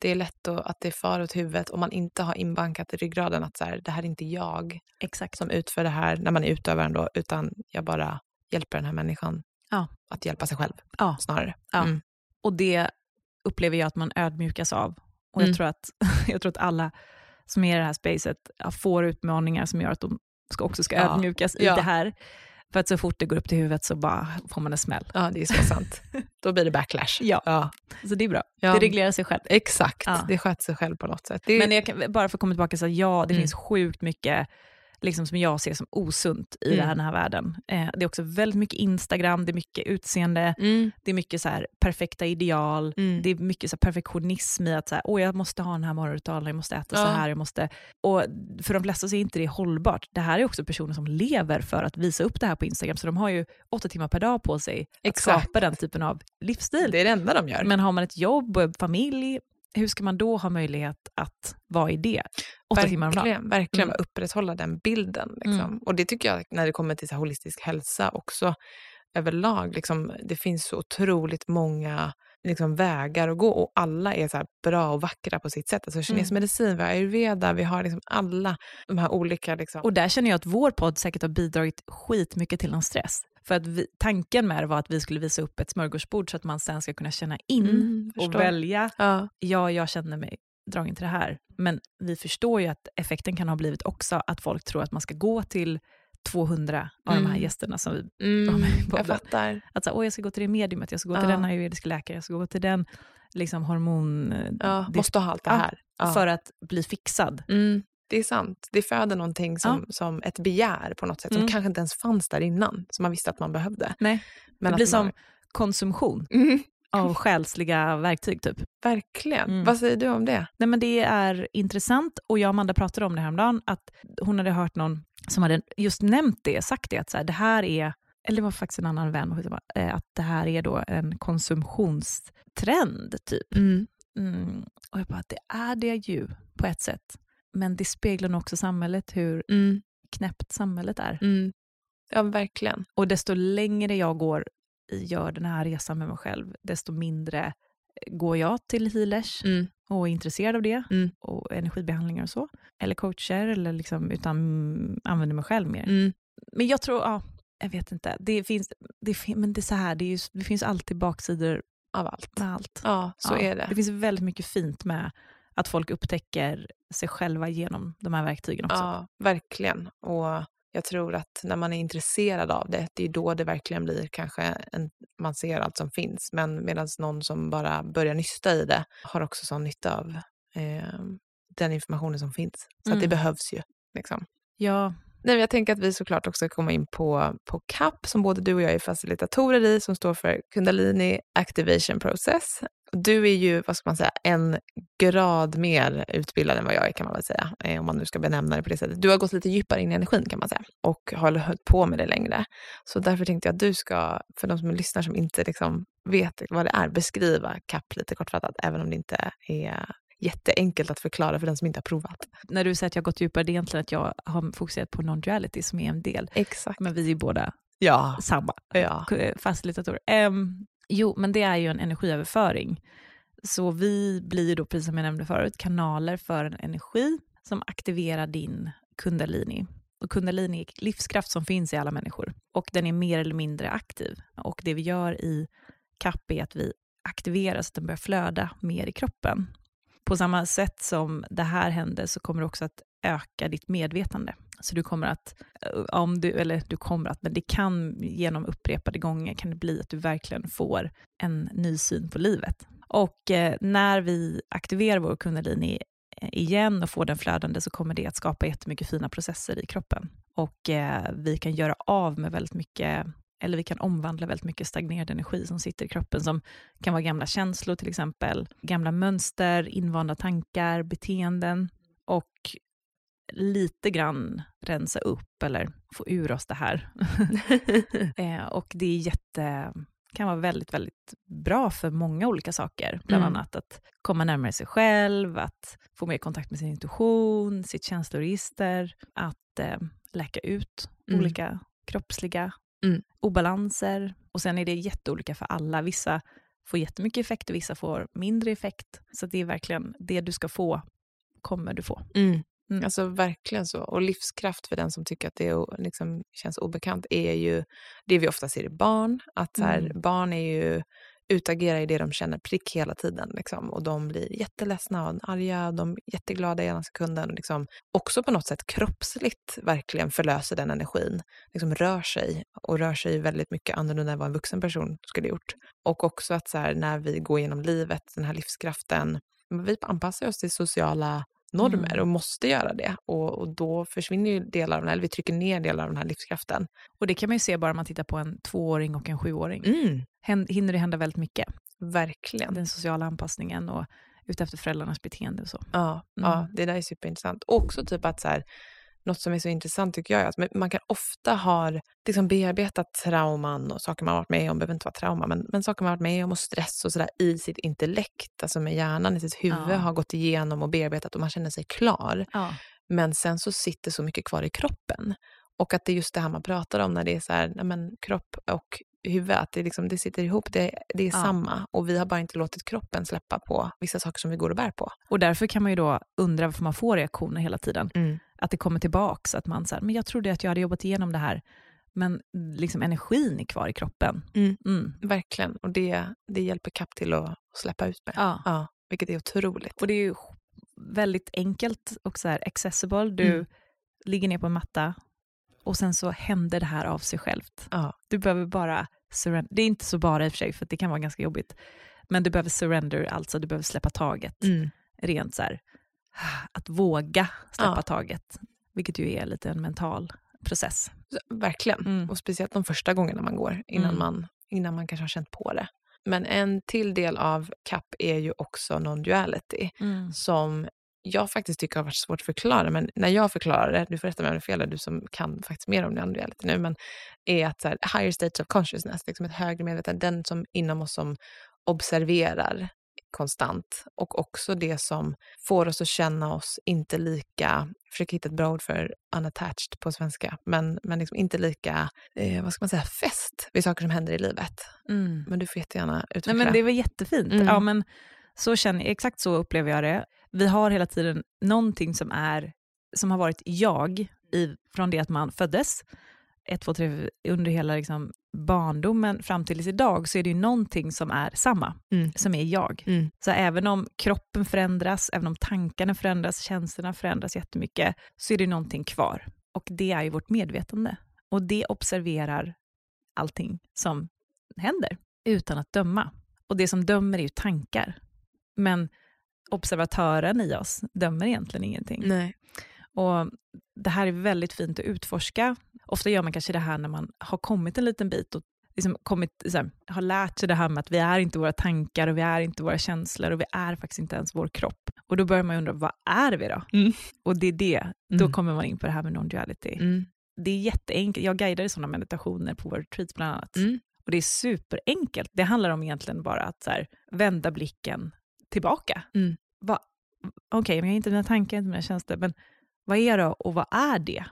S1: det är lätt då, att det far åt huvudet om man inte har inbankat i ryggraden att så här, det här är inte jag
S2: Exakt.
S1: som utför det här när man är utövaren då, utan jag bara hjälper den här människan
S2: Ja.
S1: att hjälpa sig själv
S2: Ja.
S1: snarare.
S2: Ja.
S1: Mm.
S2: Och det upplever jag att man ödmjukas av. Och
S1: Mm.
S2: jag, tror att, [LAUGHS] jag tror att alla som är i det här spacet ja, får utmaningar som gör att de ska också ska
S1: Ja.
S2: ödmjukas i
S1: Ja.
S2: det här. För att så fort det går upp till huvudet så bara får man en smäll.
S1: ja, det är så sant. [LAUGHS] Då blir det backlash.
S2: Ja.
S1: ja.
S2: Så det är bra.
S1: Ja.
S2: Det reglerar sig själv.
S1: Exakt,
S2: Ja.
S1: det sköter sig själv på något sätt. Det,
S2: Men jag kan, bara för att komma tillbaka så att ja, det
S1: Mm.
S2: finns sjukt mycket liksom, som jag ser som osunt i
S1: Mm.
S2: det här, den här världen. Eh, det är också väldigt mycket Instagram, det är mycket utseende,
S1: mm,
S2: det är mycket så här, perfekta ideal,
S1: mm.
S2: det är mycket så här, perfektionism i att så här, Åh, jag måste ha den här morgonritualen, jag måste äta så
S1: Ja.
S2: här, jag måste... Och för de flesta så är inte det hållbart. Det här är också personer som lever för att visa upp det här på Instagram, så de har ju åtta timmar per dag på sig att
S1: Exakt.
S2: skapa den typen av livsstil.
S1: det är det enda de gör.
S2: Men har man ett jobb och familj, hur ska man då ha möjlighet att vara i det? Åtta timmar om dagen.
S1: Verkligen, verkligen
S2: Mm.
S1: upprätthålla den bilden. Liksom.
S2: Mm.
S1: Och det tycker jag när det kommer till så här holistisk hälsa också överlag. Liksom, det finns så otroligt många liksom, vägar att gå och alla är så här bra och vackra på sitt sätt. Alltså
S2: Mm.
S1: kinesisk medicin, vi har ayurveda, vi har liksom alla de här olika... Liksom,
S2: Och där känner jag att vår podd säkert har bidragit skitmycket till någon stress. För att vi, tanken med det var att vi skulle visa upp ett smörgåsbord så att man sen ska kunna känna in och
S1: Mm, förstår.
S2: välja,
S1: ja,
S2: ja, jag känner mig dragen till det här. Men vi förstår ju att effekten kan ha blivit också att folk tror att man ska gå till 200 av de här
S1: Mm.
S2: gästerna som vi
S1: mm,
S2: men vad
S1: jag
S2: bra.
S1: fattar.
S2: Att så, här, Åh, jag ska gå till det mediumet, jag ska gå till
S1: Ja.
S2: den ayurvediska läkaren, jag ska gå till den liksom, hormon... eh,
S1: Ja,
S2: det-
S1: måste ha allt det
S2: Ja,
S1: här. Ja.
S2: för att bli fixad.
S1: Mm, det är sant. Det föder någonting som, som ett begär på något sätt
S2: Mm.
S1: som kanske inte ens fanns där innan, som man visste att man behövde.
S2: Nej,
S1: Men
S2: det
S1: att
S2: blir
S1: man
S2: som konsumtion
S1: har- Mm, [LAUGHS]
S2: av själsliga verktyg typ.
S1: Verkligen.
S2: Mm.
S1: Vad säger du om det?
S2: Nej men det är intressant och jag och Amanda pratade om det häromdagen, att hon hade hört någon som hade just nämnt det, sagt det, att så här, det här är, eller det var faktiskt en annan vän, skitsamma, eh, att det här är då en konsumtionstrend typ. Mm. Och jag bara, det är det ju på ett sätt. Men det speglar nog också samhället, hur knäppt samhället är.
S1: Ja, verkligen.
S2: Och desto längre jag går i gör den här resan med mig själv, desto mindre går jag till healers och är intresserad av det
S1: Mm.
S2: och energibehandlingar och så. Eller coacher, eller liksom, utan mm, använder mig själv mer. Men jag tror, ja, jag vet inte. Det finns, det, fin- men det är så här, det, är ju, det finns alltid baksidor
S1: Av allt.
S2: med allt.
S1: Ja, så
S2: Ja,
S1: är det.
S2: Det finns väldigt mycket fint med att folk upptäcker sig själva genom de här verktygen också.
S1: Ja, verkligen. Och jag tror att när man är intresserad av det, det är då det verkligen blir kanske en, man ser allt som finns. Men medan någon som bara börjar nysta i det har också sån nytta av eh, den informationen som finns. Så att det
S2: Mm.
S1: behövs ju. Liksom.
S2: Ja,
S1: Nej, men jag tänker att vi såklart också kommer in på, på CAP som både du och jag är facilitatorer i som står för Kundalini Activation Process. Du är ju, vad ska man säga, en grad mer utbildad än vad jag är kan man väl säga, eh, om man nu ska benämna det på det sättet. Du har gått lite djupare in i energin kan man säga och har hållit på med det längre. Så därför tänkte jag att du ska, för de som lyssnar som inte liksom vet vad det är, beskriva CAP lite kortfattat, även om det inte är jätteenkelt att förklara för den som inte har provat.
S2: när du säger att jag har gått djupare, det är egentligen att jag har fokuserat på non-duality som är en del.
S1: Exakt.
S2: Men vi är ju båda
S1: Ja.
S2: samma [LAUGHS]
S1: Ja.
S2: eh, facilitatorer. Ehm, jo, men det är ju en energiöverföring. Så vi blir ju då, precis som jag nämnde förut, kanaler för en energi som aktiverar din kundalini. Och kundalini är livskraft som finns i alla människor och den är mer eller mindre aktiv. Och det vi gör i CAP är att vi aktiverar så att den börjar flöda mer i kroppen. På samma sätt som det här händer så kommer det också att öka ditt medvetande. Så du kommer att eh, om du, eller du kommer att, men det kan genom upprepade gånger kan det bli att du verkligen får en ny syn på livet. Och eh, när vi aktiverar vår kundalini eh, igen och får den flödande så kommer det att skapa jättemycket fina processer i kroppen. Och eh, vi kan göra av med väldigt mycket, eller vi kan omvandla väldigt mycket stagnerad energi som sitter i kroppen som kan vara gamla känslor till exempel, gamla mönster, invanda tankar, beteenden och lite grann rensa upp eller få ur oss det här.
S1: Mm.
S2: Eh, och det är jätte, kan vara väldigt, väldigt bra för många olika saker. Bland
S1: Mm.
S2: annat att komma närmare sig själv, att få mer kontakt med sin intuition, sitt känsloregister, att eh, läka ut
S1: Mm.
S2: olika kroppsliga
S1: Mm.
S2: obalanser. Och sen är det jätteolika för alla. Vissa får jättemycket effekt och vissa får mindre effekt. Så det är verkligen det du ska få kommer du få.
S1: Mm.
S2: Mm.
S1: Alltså verkligen så. Och livskraft för den som tycker att det är, o- liksom, känns obekant är ju det vi ofta ser i barn. Att så här,
S2: Mm.
S1: barn är ju, utagerar ju det de känner prick hela tiden. Liksom, och de blir jätteledsna och arga och de är jätteglada i ena sekunden. Och liksom, också på något sätt kroppsligt verkligen förlöser den energin. Liksom rör sig och rör sig väldigt mycket annorlunda än vad en vuxen person skulle gjort. Och också att så här, när vi går genom livet, den här livskraften, vi anpassar oss till sociala normer
S2: Mm.
S1: och måste göra det. Och, och då försvinner ju delar av den här, eller vi trycker ner delar av den här livskraften.
S2: Och det kan man ju se bara om man tittar på en tvååring och en sjuåring.
S1: Mm,
S2: Hän- Hinner det hända väldigt mycket.
S1: verkligen.
S2: Den sociala anpassningen och utefter föräldrarnas beteende och så.
S1: Ja, ja,
S2: Mm.
S1: det där är superintressant. Och också typ att så här, något som är så intressant tycker jag är att man- man kan ofta ha liksom bearbetat trauman och saker man har varit med om, behöver inte vara trauma, men, men saker man har varit med om och stress och sådär i sitt intellekt, alltså med hjärnan i sitt huvud,
S2: Ja.
S1: har gått igenom och bearbetat och man känner sig klar.
S2: Ja.
S1: Men sen så sitter så mycket kvar i kroppen. Och att det är just det här man pratar om när det är så här, nej men, kropp och huvud, att det, liksom, det sitter ihop, det, det är
S2: Ja.
S1: samma. Och vi har bara inte låtit kroppen släppa på vissa saker som vi går och bär på.
S2: Och därför kan man ju då undra varför man får reaktioner hela tiden. Att det kommer tillbaks, att man säger, men jag trodde att jag hade jobbat igenom det här, men liksom energin är kvar i kroppen.
S1: Mm.
S2: Mm.
S1: Verkligen, och det, det hjälper kapp till att, att släppa ut med.
S2: Ja.
S1: Ja, vilket är otroligt.
S2: Och det är ju väldigt enkelt och så här accessible. Du
S1: Mm.
S2: ligger ner på en matta och sen så händer det här av sig självt.
S1: Ja.
S2: Du behöver bara surrender. Det är inte så bara i och för sig, för det kan vara ganska jobbigt. Men du behöver surrender, alltså du behöver släppa taget.
S1: Mm.
S2: Rent så här, att våga släppa
S1: Ja.
S2: taget, vilket ju är lite en mental process.
S1: Så, Verkligen.
S2: Mm.
S1: Och speciellt de första gångerna man går, innan,
S2: Mm.
S1: man, innan man kanske har känt på det. Men en till del av CAP är ju också non-duality. som jag faktiskt tycker har varit svårt att förklara, men när jag förklarar det, du får rätta mig om det är fel, du som kan faktiskt mer om det än du är lite nu, men är att så här, higher states of consciousness, liksom ett högre medvetande, den som inom oss som observerar konstant och också det som får oss att känna oss inte lika, försöker hitta ett bra ord för unattached på svenska, men, men liksom inte lika, eh, vad ska man säga, fäst vid saker som händer i livet.
S2: Mm.
S1: Men du får jättegärna utveckla.
S2: Nej, men det var jättefint.
S1: Mm.
S2: Ja, men så känner, exakt så upplever jag det. Vi har hela tiden någonting som, är, som har varit jag i, från det att man föddes, ett, två, tre, under hela liksom barndomen fram till idag, så är det ju någonting som är samma,
S1: Mm.
S2: som är jag.
S1: Mm.
S2: Så även om kroppen förändras, även om tankarna förändras, känslorna förändras jättemycket, så är det någonting kvar. Och det är ju vårt medvetande. Och det observerar allting som händer utan att döma. Och det som dömer är ju tankar. Men observatören i oss dömer egentligen ingenting.
S1: Nej.
S2: Och det här är väldigt fint att utforska. Ofta gör man kanske det här när man har kommit en liten bit och liksom kommit, så här, har lärt sig det här med att vi är inte våra tankar och vi är inte våra känslor och vi är faktiskt inte ens vår kropp. Och då börjar man ju undra, vad är vi då?
S1: Mm.
S2: Och det är det, då
S1: Mm.
S2: kommer man in på det här med non-duality.
S1: Mm.
S2: Det är jätteenkelt, jag guidar i sådana meditationer på vår retreat bland annat.
S1: Mm.
S2: Och det är superenkelt. Det handlar om egentligen bara att så här, vända blicken tillbaka.
S1: Mm.
S2: Va- Okej, men jag har inte mina tankar, inte mina känslor, men vad är det och vad är det?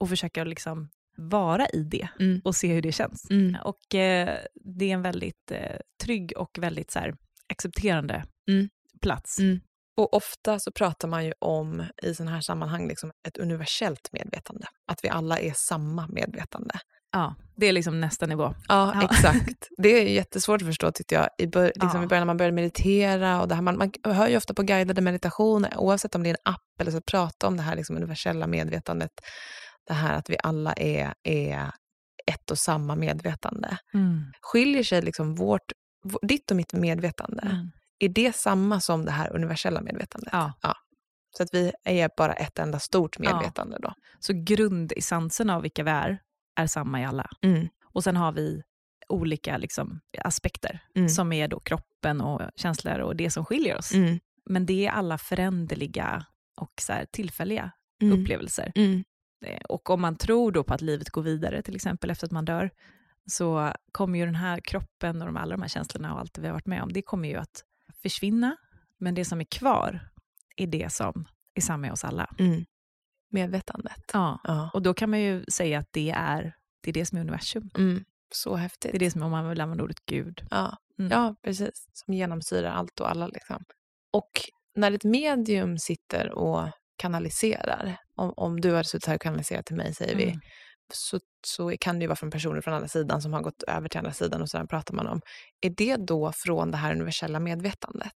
S2: Och försöka liksom vara i det
S1: Mm.
S2: och se hur det känns.
S1: Mm.
S2: Och eh, det är en väldigt eh, trygg och väldigt så här, accepterande
S1: Mm.
S2: plats.
S1: Mm. Och ofta så pratar man ju om i sådana här sammanhang liksom ett universellt medvetande. Att vi alla är samma medvetande.
S2: Ja, det är liksom nästa nivå.
S1: Ja,
S2: Ja.
S1: exakt. Det är jättesvårt att förstå tyckte jag i, bör- liksom
S2: Ja.
S1: i början när man började meditera. Och det här, man, man hör ju ofta på guidade meditationer, oavsett om det är en app eller så, prata om det här liksom universella medvetandet. Det här att vi alla är, är ett och samma medvetande. Skiljer sig liksom vårt, v- ditt och mitt medvetande,
S2: Mm.
S1: är det samma som det här universella medvetandet?
S2: Ja.
S1: Så att vi är bara ett enda stort medvetande då.
S2: Så grundessensen av vilka vi är, är samma i alla.
S1: Mm,
S2: Och sen har vi olika liksom, aspekter
S1: Mm.
S2: som är då kroppen och känslor och det som skiljer oss.
S1: mm,
S2: Men det är alla föränderliga och så här, tillfälliga upplevelser.
S1: Mm.
S2: Eh, Och om man tror då på att livet går vidare, till exempel efter att man dör, så kommer ju den här kroppen och de, alla de här känslorna och allt det vi har varit med om, det kommer ju att försvinna. Men det som är kvar är det som är samma i oss alla.
S1: Mm. Medvetandet.
S2: Ja.
S1: Ja.
S2: Och då kan man ju säga att det är Det är det som är universum.
S1: Mm. Så häftigt.
S2: Det är det som, om man vill använda ordet gud.
S1: Ja.
S2: Mm.
S1: ja, precis. Som genomsyrar allt och alla. Liksom. Och när ett medium sitter och kanaliserar, om, om du hade suttit här och kanaliserat till mig, säger vi,
S2: Mm.
S1: så, så kan det ju vara från personer från andra sidan som har gått över till andra sidan och sedan pratar man om. Är det då från det här universella medvetandet?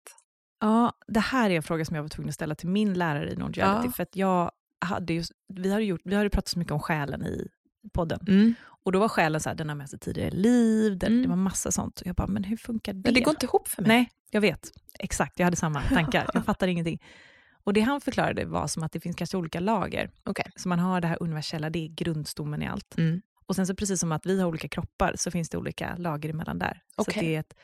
S2: Ja, det här är en fråga som jag var tvungen att ställa till min lärare i non-duality,
S1: Ja.
S2: för att jag hade ju, vi hade gjort, vi hade pratat så mycket om själen i podden. Och då var själen så här, den har med sig tidigare liv, den,
S1: Mm.
S2: det var massa sånt. Och jag bara, men hur funkar det?
S1: Men det går inte ihop för mig.
S2: Nej, jag vet. Exakt, jag hade samma tankar.
S1: [LAUGHS]
S2: Jag fattar ingenting. Och det han förklarade var som att det finns kanske olika lager.
S1: Okej.
S2: Så man har det här universella, det är grundstommen i allt.
S1: Mm.
S2: Och sen så precis som att vi har olika kroppar så finns det olika lager emellan där. Så att
S1: Okej.
S2: det är ett,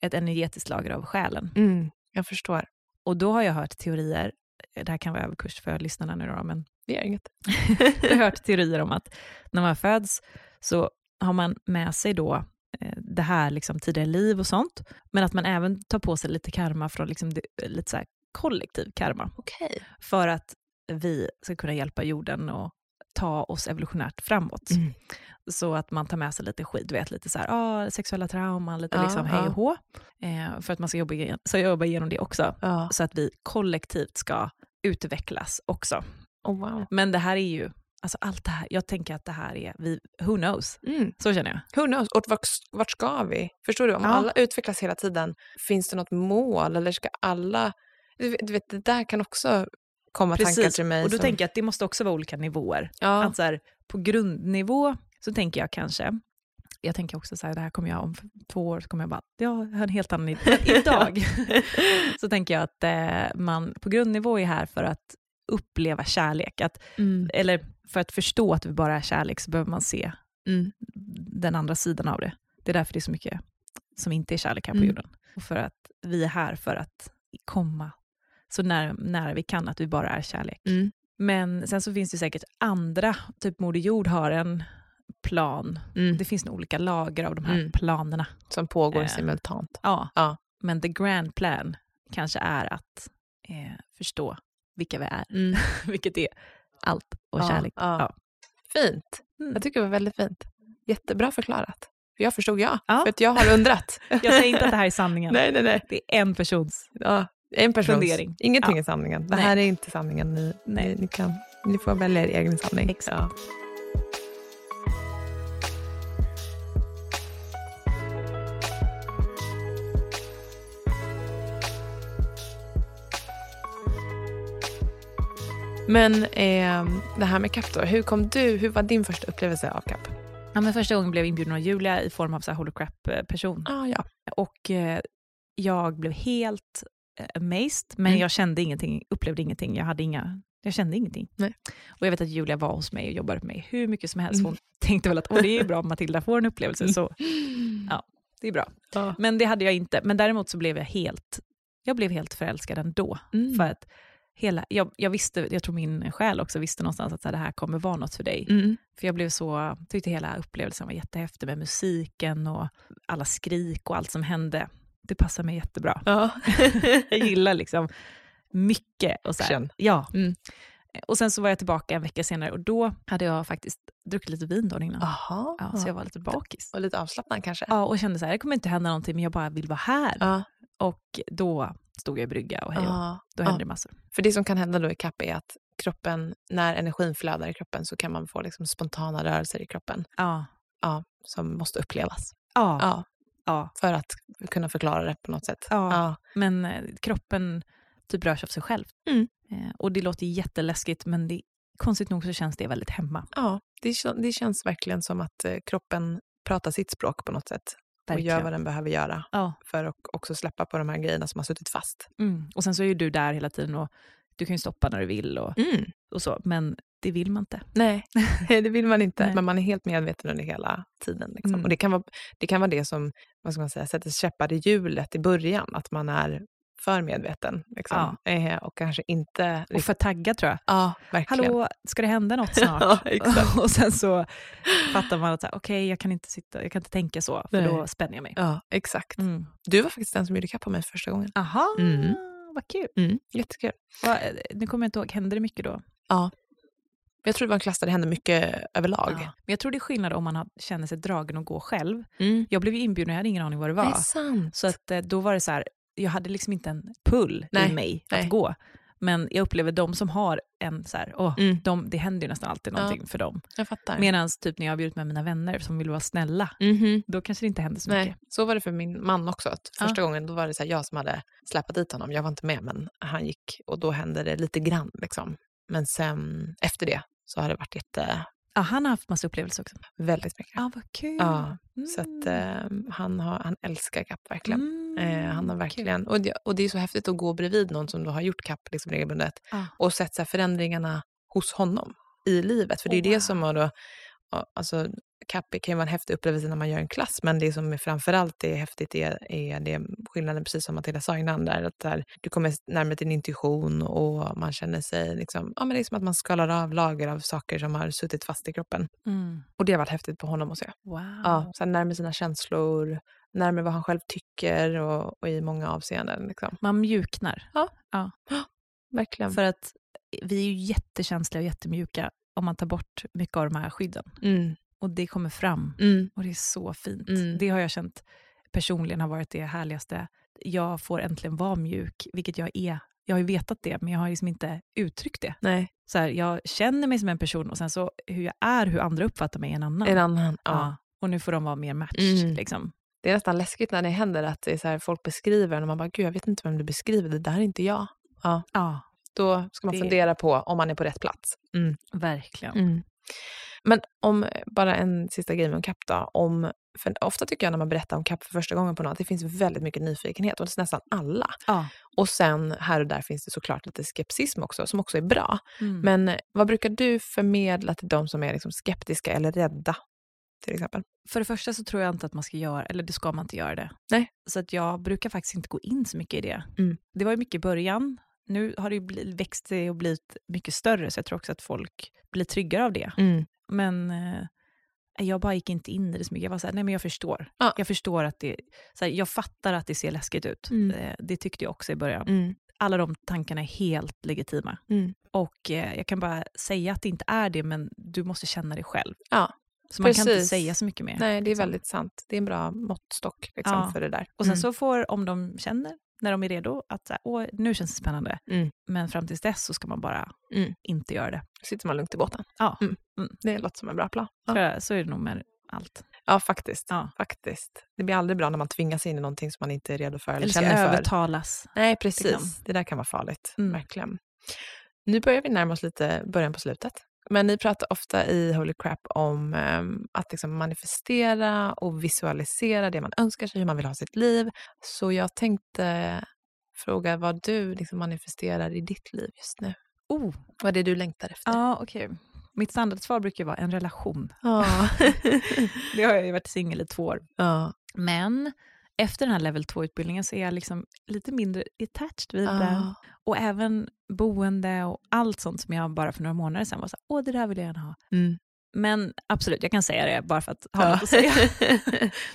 S2: ett energetiskt lager av själen.
S1: Mm, jag förstår.
S2: Och då har jag hört teorier, eh, det här kan vara överkurs för lyssnarna nu då, men
S1: Det gör inget.
S2: jag har [LAUGHS] hört teorier om att när man föds så har man med sig då eh, det här liksom tidigare liv och sånt, men att man även tar på sig lite karma från liksom det, lite så här kollektiv karma
S1: Okej.
S2: för att vi ska kunna hjälpa jorden och ta oss evolutionärt framåt.
S1: Mm.
S2: Så att man tar med sig lite skit, du vet lite så här, ah, sexuella trauman, lite
S1: Ja,
S2: liksom hej
S1: ja.
S2: och hå. Eh, för att man ska jobba, igen, så jobba igenom det också
S1: Ja.
S2: så att vi kollektivt ska utvecklas också.
S1: Oh, wow.
S2: Men det här är ju, alltså allt det här, jag tänker att det här är, vi, who knows?
S1: Mm.
S2: Så känner jag.
S1: Who knows? Och vart, vart ska vi? Förstår du? Om
S2: Ja.
S1: alla utvecklas hela tiden, finns det något mål eller ska alla... Du vet- du vet, det där kan också komma tankar till mig.
S2: och då
S1: som-
S2: tänker jag att det måste också vara olika nivåer.
S1: ja.
S2: Att så här, på grundnivå så tänker jag kanske, jag tänker också så här, det här kommer jag om f- två år, så kommer jag bara, jag har en helt annan idé. Men Idag [LAUGHS] så tänker jag att eh, man på grundnivå är här för att uppleva kärlek. Att,
S1: Mm.
S2: eller för att förstå att vi bara är kärlek så behöver man se
S1: Mm.
S2: den andra sidan av det. Det är därför det är så mycket som inte är kärlek här på
S1: Mm.
S2: jorden. Och för att vi är här för att komma så nära, nära vi kan att vi bara är kärlek.
S1: Mm.
S2: Men sen så finns det säkert andra, typ Moder Jord har en plan.
S1: Mm.
S2: Det finns nog olika lager av de här
S1: Mm.
S2: planerna.
S1: Som pågår
S2: Eh.
S1: simultant.
S2: Ja.
S1: Ja.
S2: Men the grand plan kanske är att eh, förstå vilka vi är, [LAUGHS] vilket är allt och
S1: Mm. Ja,
S2: kärlek.
S1: ja.
S2: Ja.
S1: Fint.
S2: Mm.
S1: Jag tycker det var väldigt fint. Jättebra förklarat. För jag förstod ja.
S2: Ja.
S1: För att jag har
S2: [LAUGHS]
S1: undrat.
S2: Jag säger inte att det här är
S1: [LAUGHS]
S2: sanningen.
S1: nej, nej, nej.
S2: Det är en persons
S1: Ja, en persons.
S2: Fundering.
S1: Ingenting
S2: Ja.
S1: är sanningen. Det
S2: Nej.
S1: här är inte sanningen. Ni,
S2: Nej.
S1: ni, ni, kan, ni får välja er egen sanning.
S2: Exakt.
S1: Ja. Men eh, det här med CAP då, hur kom du, hur var din första upplevelse av CAP?
S2: Ja, men första gången blev jag inbjuden av Julia i form av så här holocrap-person.
S1: Ah, ja.
S2: Och eh, jag blev helt eh, amazed, men
S1: Mm.
S2: jag kände ingenting, upplevde ingenting. Jag, hade inga, jag kände ingenting.
S1: Nej.
S2: Och jag vet att Julia var hos mig och jobbade med mig hur mycket som helst.
S1: Mm.
S2: Hon tänkte väl att Åh, det är ju bra om Matilda får en upplevelse,
S1: Mm.
S2: så det är bra.
S1: Ja.
S2: Men det hade jag inte. Men däremot så blev jag helt, jag blev helt förälskad ändå.
S1: Mm.
S2: För att hela, jag, jag visste, jag tror min själ också visste någonstans att så här, det här kommer vara något för dig.
S1: Mm.
S2: För jag blev så, tyckte hela upplevelsen var jättehäftig med musiken och alla skrik och allt som hände. Det passar mig jättebra.
S1: [LAUGHS] Ja.
S2: Jag gillar liksom mycket. Och, så här.
S1: Action.
S2: Ja.
S1: Mm.
S2: och sen så var jag tillbaka en vecka senare och då hade jag faktiskt druckit lite vin dagen
S1: Ah.
S2: innan.
S1: Aha.
S2: Ja, så jag var lite bakis.
S1: Och lite avslappnad kanske?
S2: Ja, och kände så här, det kommer inte hända någonting men jag bara vill vara här.
S1: Ja.
S2: Och då stod jag i brygga och hej och
S1: Ja.
S2: då hände det massor.
S1: För det som kan hända då i CAP är att kroppen, när energin flödar i kroppen så kan man få liksom spontana rörelser i kroppen
S2: Ja.
S1: ja, som måste upplevas
S2: Ja. ja.
S1: ja, för att kunna förklara det på något sätt.
S2: Ja.
S1: Ja.
S2: Men eh, kroppen typ rör sig av sig själv.
S1: Mm.
S2: Eh, och det låter jätteläskigt men det, konstigt nog så känns det väldigt hemma.
S1: Ja, det, kän- det känns verkligen som att eh, kroppen pratar sitt språk på något sätt och gör vad den behöver göra
S2: Ja.
S1: för att också släppa på de här grejerna som har suttit fast.
S2: Mm. Och sen så är ju du där hela tiden och du kan ju stoppa när du vill och, och så, men det vill man inte.
S1: Nej, [LAUGHS] det vill man inte.
S2: Nej.
S1: Men man är helt medveten under hela tiden. Liksom.
S2: Mm.
S1: Och det kan, vara, det kan vara det som vad ska man säga, sätter käppar i hjulet i början, att man är för medveten. Liksom. Eh, och kanske inte...
S2: Och för taggad tror jag.
S1: ja, verkligen.
S2: Hallå, ska det hända [LAUGHS] något snart?
S1: Ja, exakt.
S2: [LAUGHS] och sen så fattar man att så här, okej, jag kan inte sitta, jag kan inte tänka så, för
S1: Nej.
S2: då spänner jag mig.
S1: Ja, exakt.
S2: Mm.
S1: Du var faktiskt den som gjorde kapp på mig första gången.
S2: Aha,
S1: Mm.
S2: vad kul. eh,
S1: Mm. Jättekul.
S2: Va, nu kommer jag inte ihåg, hände det mycket då?
S1: Ja. Jag tror det var en klass där det hände mycket överlag.
S2: Men jag tror det är skillnad om man har, känner sig dragen att gå själv. Jag blev ju inbjuden, jag hade ingen aning vad det var.
S1: Mm. Det är sant.
S2: Så att, eh, då var det så här, jag hade liksom inte en pull
S1: Nej,
S2: i mig
S1: nej.
S2: att gå. Men jag upplever de som har en så här, åh,
S1: Mm.
S2: de, det händer ju nästan alltid
S1: Ja.
S2: någonting för dem.
S1: jag fattar.
S2: Medan typ när jag har bjudit med mina vänner som vill vara snälla,
S1: Mhm.
S2: då kanske det inte händer så
S1: Nej,
S2: mycket.
S1: så var det för min man också. Att
S2: Ja.
S1: första gången då var det så här, jag som hade släpat dit honom. Jag var inte med, men han gick och då hände det lite grann. Liksom. Men sen efter det så har det varit jätte,
S2: Ja, han har haft massa upplevelser också.
S1: väldigt mycket.
S2: Ja, vad kul.
S1: Ja,
S2: Mm.
S1: Så att, eh, han, har, han älskar CAP verkligen.
S2: Mm,
S1: Eh, han har
S2: kul.
S1: verkligen, och, det, och det är så häftigt att gå bredvid någon som då har gjort CAP liksom regelbundet
S2: Ja.
S1: och sett så här förändringarna hos honom i livet. För det är
S2: Oh,
S1: ju
S2: wow.
S1: det som man då, ja, alltså CAP kan ju vara en häftig upplevelse när man gör en klass, men det som är framförallt är häftigt är, är det skillnaden, precis som Matilda sa innan, där, att där, du kommer närmare din intuition och man känner sig, liksom, ja men det är som att man skalar av lager av saker som har suttit fast i kroppen.
S2: Mm.
S1: Och det har varit häftigt på honom att se.
S2: Wow.
S1: Ja, så här, närmare sina känslor, närmare vad han själv tycker och, och i många avseenden. Liksom.
S2: Man mjuknar.
S1: Verkligen.
S2: För att eh, vi är ju jättekänsliga och jättemjuka om man tar bort mycket av de här skydden.
S1: Mm,
S2: Och det kommer fram
S1: mm,
S2: och det är så fint.
S1: Mm.
S2: Det har jag känt personligen har varit det härligaste. Jag får äntligen vara mjuk, vilket jag är. Jag har ju vetat det, men jag har liksom inte uttryckt det.
S1: nej,
S2: Så här, jag känner mig som en person och sen så hur jag är, hur andra uppfattar mig är en annan.
S1: en annan. Ja.
S2: Ja. Och nu får de vara mer match.
S1: Mm.
S2: Liksom.
S1: Det är nästan läskigt när det händer att det är så här, folk beskriver en och man bara, gud jag vet inte vem du beskriver, det där är inte jag.
S2: Ja,
S1: Då ska man
S2: Det-
S1: fundera på om man är på rätt plats. Mm.
S2: verkligen.
S1: Mm. Men om, bara en sista grej om CAP då. Om, för ofta tycker jag när man berättar om CAP för första gången på något, att det finns väldigt mycket nyfikenhet hos nästan alla.
S2: Ja.
S1: Och sen här och där finns det såklart lite skepsism också, som också är bra.
S2: Mm.
S1: Men eh, vad brukar du förmedla till de som är liksom skeptiska eller rädda? Till exempel.
S2: För det första så tror jag inte att man ska göra, eller det ska man inte göra det.
S1: Nej.
S2: Så att jag brukar faktiskt inte gå in så mycket i det.
S1: Mm.
S2: Det var ju mycket i början. Nu har det ju bli, växt det och blivit mycket större, så jag tror också att folk blir tryggare av det. Men eh, jag bara gick inte in i det så mycket. Jag var så här, nej men jag förstår.
S1: Ja.
S2: Jag förstår att det, så här, jag fattar att det ser läskigt ut.
S1: Mm.
S2: Eh, det tyckte jag också i början. Alla de tankarna är helt legitima.
S1: Mm.
S2: Och eh, jag kan bara säga att det inte är det, men du måste känna det själv.
S1: Ja,
S2: Så man kan inte
S1: precis.
S2: säga så mycket mer.
S1: Nej, det är väldigt sant. Det är en bra måttstock liksom,
S2: Ja. Mm,
S1: för det där.
S2: Och sen så får, om de känner, när de är redo, att så här, Åh, nu känns det spännande.
S1: Mm.
S2: Men fram tills dess så ska man bara
S1: Mm.
S2: inte göra det.
S1: sitter man lugnt i båten.
S2: Ja.
S1: Mm.
S2: Mm.
S1: Det låter som en bra plan. Ja,
S2: Tror jag, så är det nog med allt.
S1: ja faktiskt.
S2: Ja.
S1: faktiskt. Det blir aldrig bra när man tvingas in i någonting som man inte är redo för eller,
S2: Eller ska
S1: känner för.
S2: övertalas.
S1: Nej, precis.
S2: liksom.
S1: Det där kan vara farligt.
S2: Mm.
S1: Verkligen. Nu börjar vi närma oss lite början på slutet. Men ni pratar ofta i Holy Crap om ehm, att liksom manifestera och visualisera det man önskar sig, hur man vill ha sitt liv. Så jag tänkte fråga vad du liksom manifesterar i ditt liv just nu.
S2: Oh, eh.
S1: Vad är det du längtar efter?
S2: ja, okej. Mitt standardsvar brukar ju vara en relation.
S1: [LAUGHS]
S2: [LAUGHS]
S1: Ja.
S2: Det har jag ju varit singel i två år.
S1: ja.
S2: Men efter den här level 2-utbildningen så är jag liksom lite mindre attached vid det.
S1: ja.
S2: Och även boende och allt sånt som jag bara för några månader sedan var så här, åh det där vill jag gärna ha.
S1: Mm.
S2: Men absolut, jag kan säga det bara för att ha
S1: Ja.
S2: något
S1: [LAUGHS]
S2: att säga.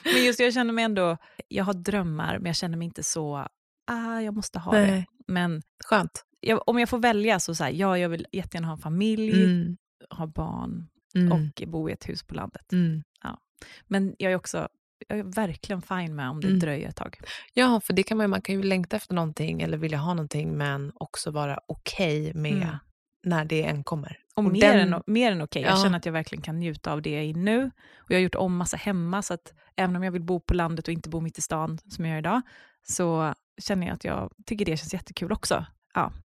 S2: men just det, jag känner mig ändå, jag har drömmar men jag känner mig inte så, ah jag måste ha det.
S1: Nej.
S2: Men
S1: Skönt.
S2: jag, om jag får välja så, så här, ja jag vill jättegärna ha en familj,
S1: Mm.
S2: ha barn
S1: Mm.
S2: och bo i ett hus på landet.
S1: Mm.
S2: Men jag är också, jag är verkligen fine med om det
S1: Mm.
S2: dröjer ett tag.
S1: Ja, för det kan man, ju- man kan ju längta efter någonting eller vilja ha någonting men också vara okej med
S2: Mm.
S1: när det än kommer.
S2: Och,
S1: Och
S2: mer,
S1: den-
S2: än, mer än okej, jag
S1: Ja.
S2: känner att jag verkligen kan njuta av det jag är i nu. Och jag har gjort om massa hemma, så att även om jag vill bo på landet och inte bo mitt i stan som jag gör idag, så känner jag att jag tycker det känns jättekul också.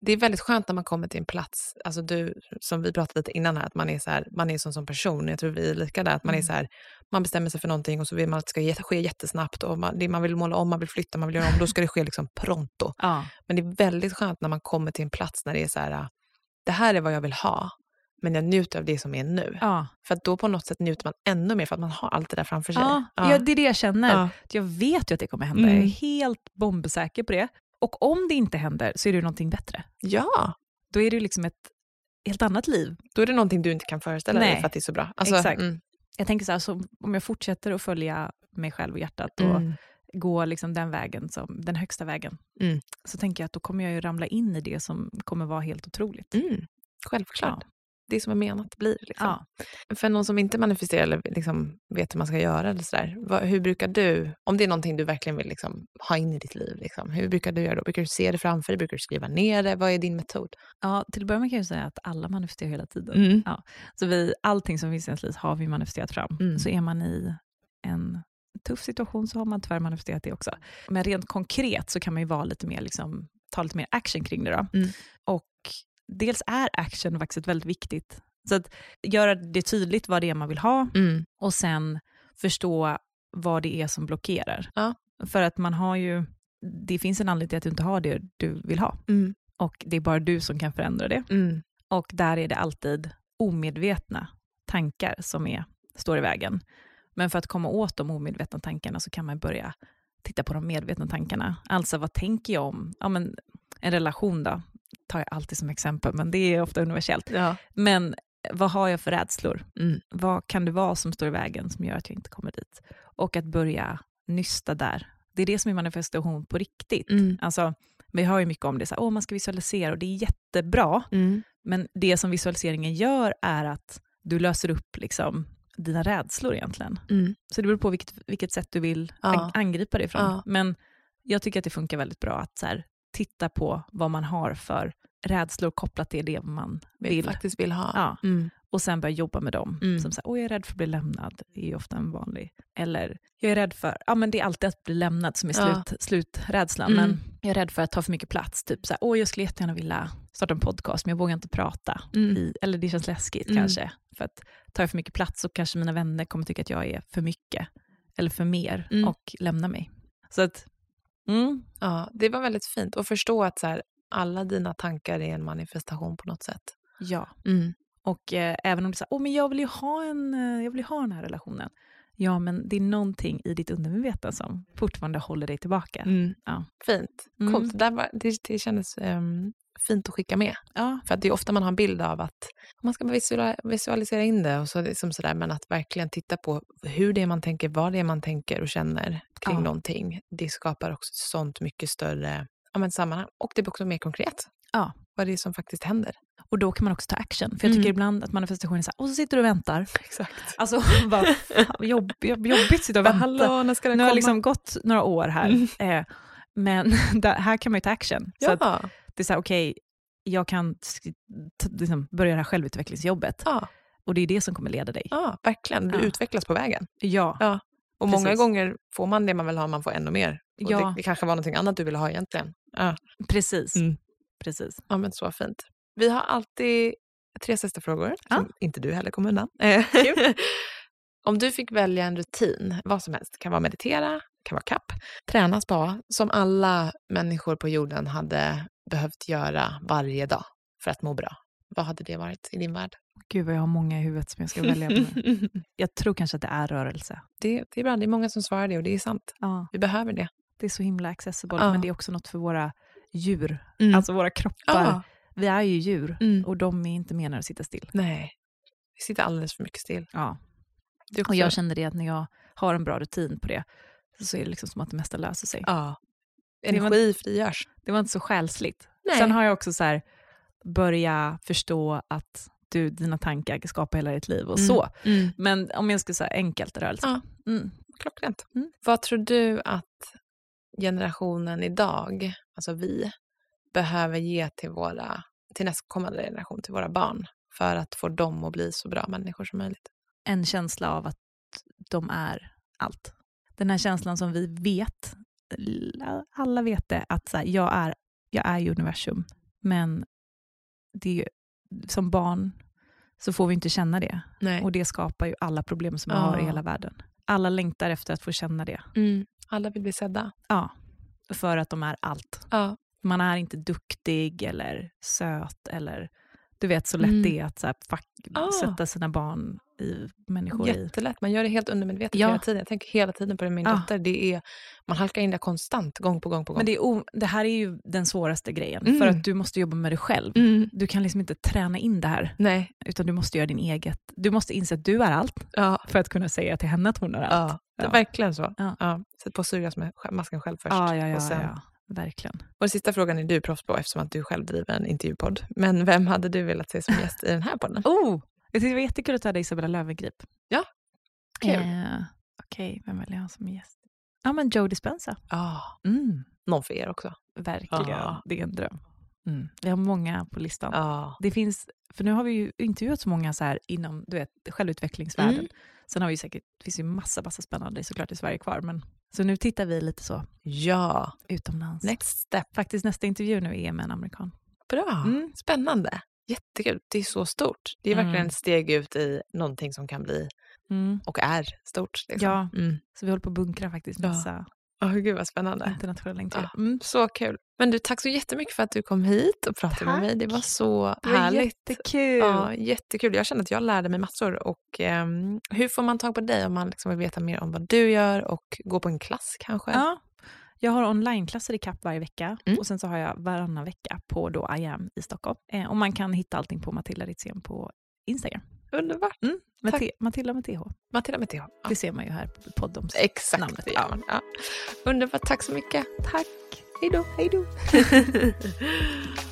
S1: Det är väldigt skönt när man kommer till en plats, alltså du, som vi pratade lite innan här, att man är så här, man är sån som person, jag tror vi är lika där, att man är
S2: Mm.
S1: så här, man bestämmer sig för någonting och så vill man att det ska ge- ske jättesnabbt och man, det, man vill måla om, man vill flytta, man vill göra om, då ska det ske liksom pronto.
S2: Ja.
S1: Men det är väldigt skönt när man kommer till en plats när det är så här, det här är vad jag vill ha, men jag njuter av det som är nu.
S2: Ja.
S1: För att då på något sätt njuter man ännu mer för att man har allt det där framför sig.
S2: Ja.
S1: Ja.
S2: det är det jag känner.
S1: Ja.
S2: Jag vet ju att det kommer hända,
S1: Mm.
S2: jag är helt bombsäker på det. Och om det inte händer så är det ju någonting bättre.
S1: Ja,
S2: Då är det ju liksom ett helt annat liv.
S1: då är det någonting du inte kan föreställa
S2: Nej.
S1: dig för att det är så bra. Alltså,
S2: Exakt.
S1: Mm,
S2: Jag tänker så här, så om jag fortsätter att följa mig själv och hjärtat och
S1: mm,
S2: gå liksom den vägen, som, den högsta vägen,
S1: Mm.
S2: så tänker jag att då kommer jag ju ramla in i det som kommer vara helt otroligt.
S1: mm. Självklart.
S2: Ja.
S1: det som är menat blir. Liksom.
S2: Ja.
S1: För någon som inte manifesterar eller liksom vet hur man ska göra, eller sådär, vad, hur brukar du, om det är någonting du verkligen vill liksom ha in i ditt liv, liksom, hur brukar du göra då? Brukar du se det framför dig? Brukar du skriva ner det? Vad är din metod?
S2: ja, till att börja med kan jag ju säga att alla manifesterar hela tiden.
S1: Mm.
S2: Så vi, allting som finns i ens liv har vi manifesterat fram.
S1: Mm.
S2: Så är man i en tuff situation så har man tyvärr manifesterat det också. Men rent konkret så kan man ju vara lite mer, liksom, ta lite mer action kring det. Då.
S1: Mm.
S2: Och dels är action faktiskt väldigt viktigt. Så att göra det tydligt vad det är man vill ha
S1: Mm.
S2: och sen förstå vad det är som blockerar.
S1: Ja.
S2: För att man har ju, det finns en anledning till att du inte har det du vill ha.
S1: Mm.
S2: Och det är bara du som kan förändra det.
S1: Mm.
S2: Och där är det alltid omedvetna tankar som är, står i vägen. Men för att komma åt de omedvetna tankarna så kan man börja titta på de medvetna tankarna. Alltså vad tänker jag om ja, men, en relation då? tar jag alltid som exempel, men det är ofta universellt.
S1: Ja.
S2: Men eh, vad har jag för rädslor?
S1: Mm.
S2: Vad kan det vara som står i vägen som gör att jag inte kommer dit? Och att börja nysta där. Det är det som är manifestation på riktigt.
S1: Mm.
S2: Alltså, vi hör ju mycket om det, så här, "Åh, man ska visualisera och det är jättebra.
S1: Mm.
S2: Men det som visualiseringen gör är att du löser upp liksom dina rädslor egentligen.
S1: Mm.
S2: Så det beror på vilket, vilket sätt du vill
S1: Ja.
S2: ang- angripa det ifrån.
S1: Ja.
S2: Men jag tycker att det funkar väldigt bra att så här, titta på vad man har för rädslor kopplat till det man
S1: Vill.
S2: vill.
S1: Faktiskt vill ha.
S2: Ja,
S1: Mm.
S2: och sen börja jobba med dem.
S1: Mm.
S2: Som så här, Åh, jag är rädd för att bli lämnad. Det är ju ofta en vanlig. Eller, jag är rädd för, ja men det är alltid att bli lämnad som är
S1: Ja.
S2: slut, sluträdslan.
S1: Mm.
S2: Men jag är rädd för att ta för mycket plats. Typ så här, Åh, jag skulle jättegärna vilja starta en podcast men jag vågar inte prata
S1: Mm.
S2: i, eller det känns läskigt
S1: Mm.
S2: kanske. För att tar jag för mycket plats så kanske mina vänner kommer tycka att jag är för mycket eller för mer
S1: Mm.
S2: och lämna mig. Så att, mm,
S1: Ja, det var väldigt fint. Och förstå att så här, alla dina tankar är en manifestation på något sätt.
S2: ja.
S1: Mm,
S2: Och eh, även om du säger, åh men jag vill ju ha, en, eh, jag vill ju ha den här relationen. Ja, men det är någonting i ditt undermedvetna som fortfarande håller dig tillbaka.
S1: Mm.
S2: Ja.
S1: Fint.
S2: Mm.
S1: Coolt. Det, där var, det, det kändes ehm, fint att skicka med.
S2: Ja.
S1: För att det är ofta man har en bild av att man ska bara visua- visualisera in det, och så, liksom sådär, men att verkligen titta på hur det är man tänker, vad det är man tänker och känner kring
S2: Ja.
S1: någonting. Det skapar också ett sånt mycket större ja, men, sammanhang. Och det blir också mer konkret.
S2: Ja.
S1: Vad det är som faktiskt händer.
S2: Och då kan man också ta action. För jag tycker
S1: Mm.
S2: ibland att manifestationen är så här, och så sitter du och väntar.
S1: [LAUGHS] Exakt.
S2: Alltså, [LAUGHS] vad fan, jobb, jobb, jobbigt sitter och
S1: Bara,
S2: vänta.
S1: hallå, när ska den
S2: Nu har
S1: komma?
S2: det liksom gått några år här. Eh, men [LAUGHS] där, här kan man ju ta action. Så
S1: ja.
S2: att det är så här, okej, jag kan sk- t- liksom börja det här självutvecklingsjobbet.
S1: ja,
S2: Och det är det som kommer leda dig.
S1: ja, verkligen. Du
S2: Ja.
S1: utvecklas på vägen.
S2: Ja,
S1: Ja, Och många
S2: Precis.
S1: gånger får man det man vill ha, man får ännu mer. Och
S2: Ja.
S1: det, det kanske var någonting annat du ville ha egentligen. Ja.
S2: precis.
S1: Mm.
S2: precis.
S1: Ja, men så fint. Vi har alltid tre sista frågor,
S2: Ja.
S1: som inte du heller kommer undan. Eh, [LAUGHS] Om du fick välja en rutin, vad som helst, kan vara meditera, kan vara kapp, träna, spa, som alla människor på jorden hade behövt göra varje dag för att må bra. Vad hade det varit i din värld?
S2: Gud vad jag har många i huvudet som jag
S1: [LAUGHS]
S2: ska välja. [LAUGHS] på. jag tror kanske att det är rörelse.
S1: det, det är bra, det är många som svarar det och det är sant.
S2: Ja,
S1: Vi behöver det.
S2: det är så himla accessible,
S1: Ja.
S2: men det är också något för våra djur.
S1: Mm.
S2: Alltså våra kroppar.
S1: Ja.
S2: Vi är ju djur
S1: Mm.
S2: och de är inte menade att sitta still.
S1: Nej, vi sitter alldeles för mycket still.
S2: Ja.
S1: Det är också-
S2: Och jag känner det att när jag har en bra rutin på det så är det liksom som att det mesta löser sig.
S1: ja.
S2: var-
S1: Energi frigörs.
S2: Det var inte så själsligt.
S1: Nej.
S2: Sen har jag också så här, börja förstå att du, dina tankar skapar hela ditt liv och
S1: Mm.
S2: så.
S1: Mm.
S2: Men om jag ska säga enkelt rörelse.
S1: Ja.
S2: Mm.
S1: Klockrent.
S2: Mm.
S1: Vad tror du att generationen idag, alltså vi, behöver ge till våra till nästkommande generation, till våra barn, för att få dem att bli så bra människor som möjligt?
S2: en känsla av att de är allt. Den här känslan som vi vet, alla vet det, att så här, jag, är, jag är ju universum. Men det är ju, som barn så får vi inte känna det.
S1: Nej.
S2: Och det skapar ju alla problem som vi
S1: Ja.
S2: har i hela världen. Alla längtar efter att få känna det.
S1: Mm. Alla vill bli sedda.
S2: Ja, för att de är allt.
S1: Ja.
S2: Man är inte duktig eller söt eller du vet så lätt
S1: Mm. Ah.
S2: det är att så här, fuck,
S1: Ja.
S2: sätta sina barn i människor i.
S1: Jättelätt, man gör det helt undermedvetet
S2: Ja.
S1: hela tiden. Jag tänker hela tiden på det med min
S2: Ja.
S1: dotter. Det är, man halkar in där konstant, gång på gång på gång.
S2: Men det, är o- det här är ju den svåraste grejen,
S1: Mm.
S2: för att du måste jobba med dig själv.
S1: Mm.
S2: Du kan liksom inte träna in det här,
S1: Nej.
S2: utan du måste göra din eget. Du måste inse att du är allt,
S1: Ja.
S2: för att kunna säga till henne att hon är allt.
S1: Ja. Det är verkligen så.
S2: Ja.
S1: Ja. Sätt på att sugas med sk- masken själv först.
S2: Ja, ja, ja,
S1: och sen
S2: ja. Verkligen.
S1: Och den sista frågan är du proffs på eftersom att du själv driver en intervjupodd. Men vem hade du velat se som gäst i den här [LAUGHS] podden?
S2: Oh, jag tyckte det var jättekul att du hade Isabella Löwengrip.
S1: Ja, kul.
S2: Eh, Okej, vem vill jag ha som gäst? Ja, men Joe Dispenza.
S1: Ah,
S2: Mm,
S1: någon för er också.
S2: verkligen.
S1: Ja.
S2: Det är en dröm. Mm. Vi har många på listan.
S1: Ah.
S2: Det finns, för nu har vi ju intervjuat så många så här inom du vet, självutvecklingsvärlden.
S1: Mm.
S2: Sen har vi ju säkert, det finns ju massa, massa spännande såklart i Sverige kvar. Men, så nu tittar vi lite så
S1: Ja,
S2: utomlands.
S1: next step.
S2: Faktiskt nästa intervju nu är med en amerikan.
S1: Bra,
S2: Mm.
S1: spännande. Jättekul, det är så stort. Det är verkligen
S2: Mm.
S1: ett steg ut i någonting som kan bli och är stort. Liksom.
S2: Ja.
S1: Mm.
S2: Så vi håller på att bunkra faktiskt
S1: Ja.
S2: massa
S1: Oh, gud vad spännande.
S2: internationella intervjuer. Mm.
S1: Så kul. Men du, tack så jättemycket för att du kom hit och pratade med
S2: Tack.
S1: mig. Det var så
S2: Det var
S1: härligt.
S2: jättekul.
S1: Ja, jättekul. Jag kände att jag lärde mig massor. Och, ehm, hur får man tag på dig om man liksom vill veta mer om vad du gör och gå på en klass kanske?
S2: Ja. Jag har onlineklasser i CAP varje vecka
S1: Mm.
S2: och sen så har jag varannan vecka på då I am i Stockholm. Eh, och man kan hitta allting på Matilda Ritzén på Instagram.
S1: Underbart.
S2: Med
S1: Tack.
S2: T- Matilda med TH.
S1: Matilda med TH. Ja,
S2: Det ser man ju här på poddoms.
S1: exakt,
S2: namnet.
S1: det gör man. Ja. Underbart. Tack så mycket. Tack. Hej då.
S2: [LAUGHS] Hej då!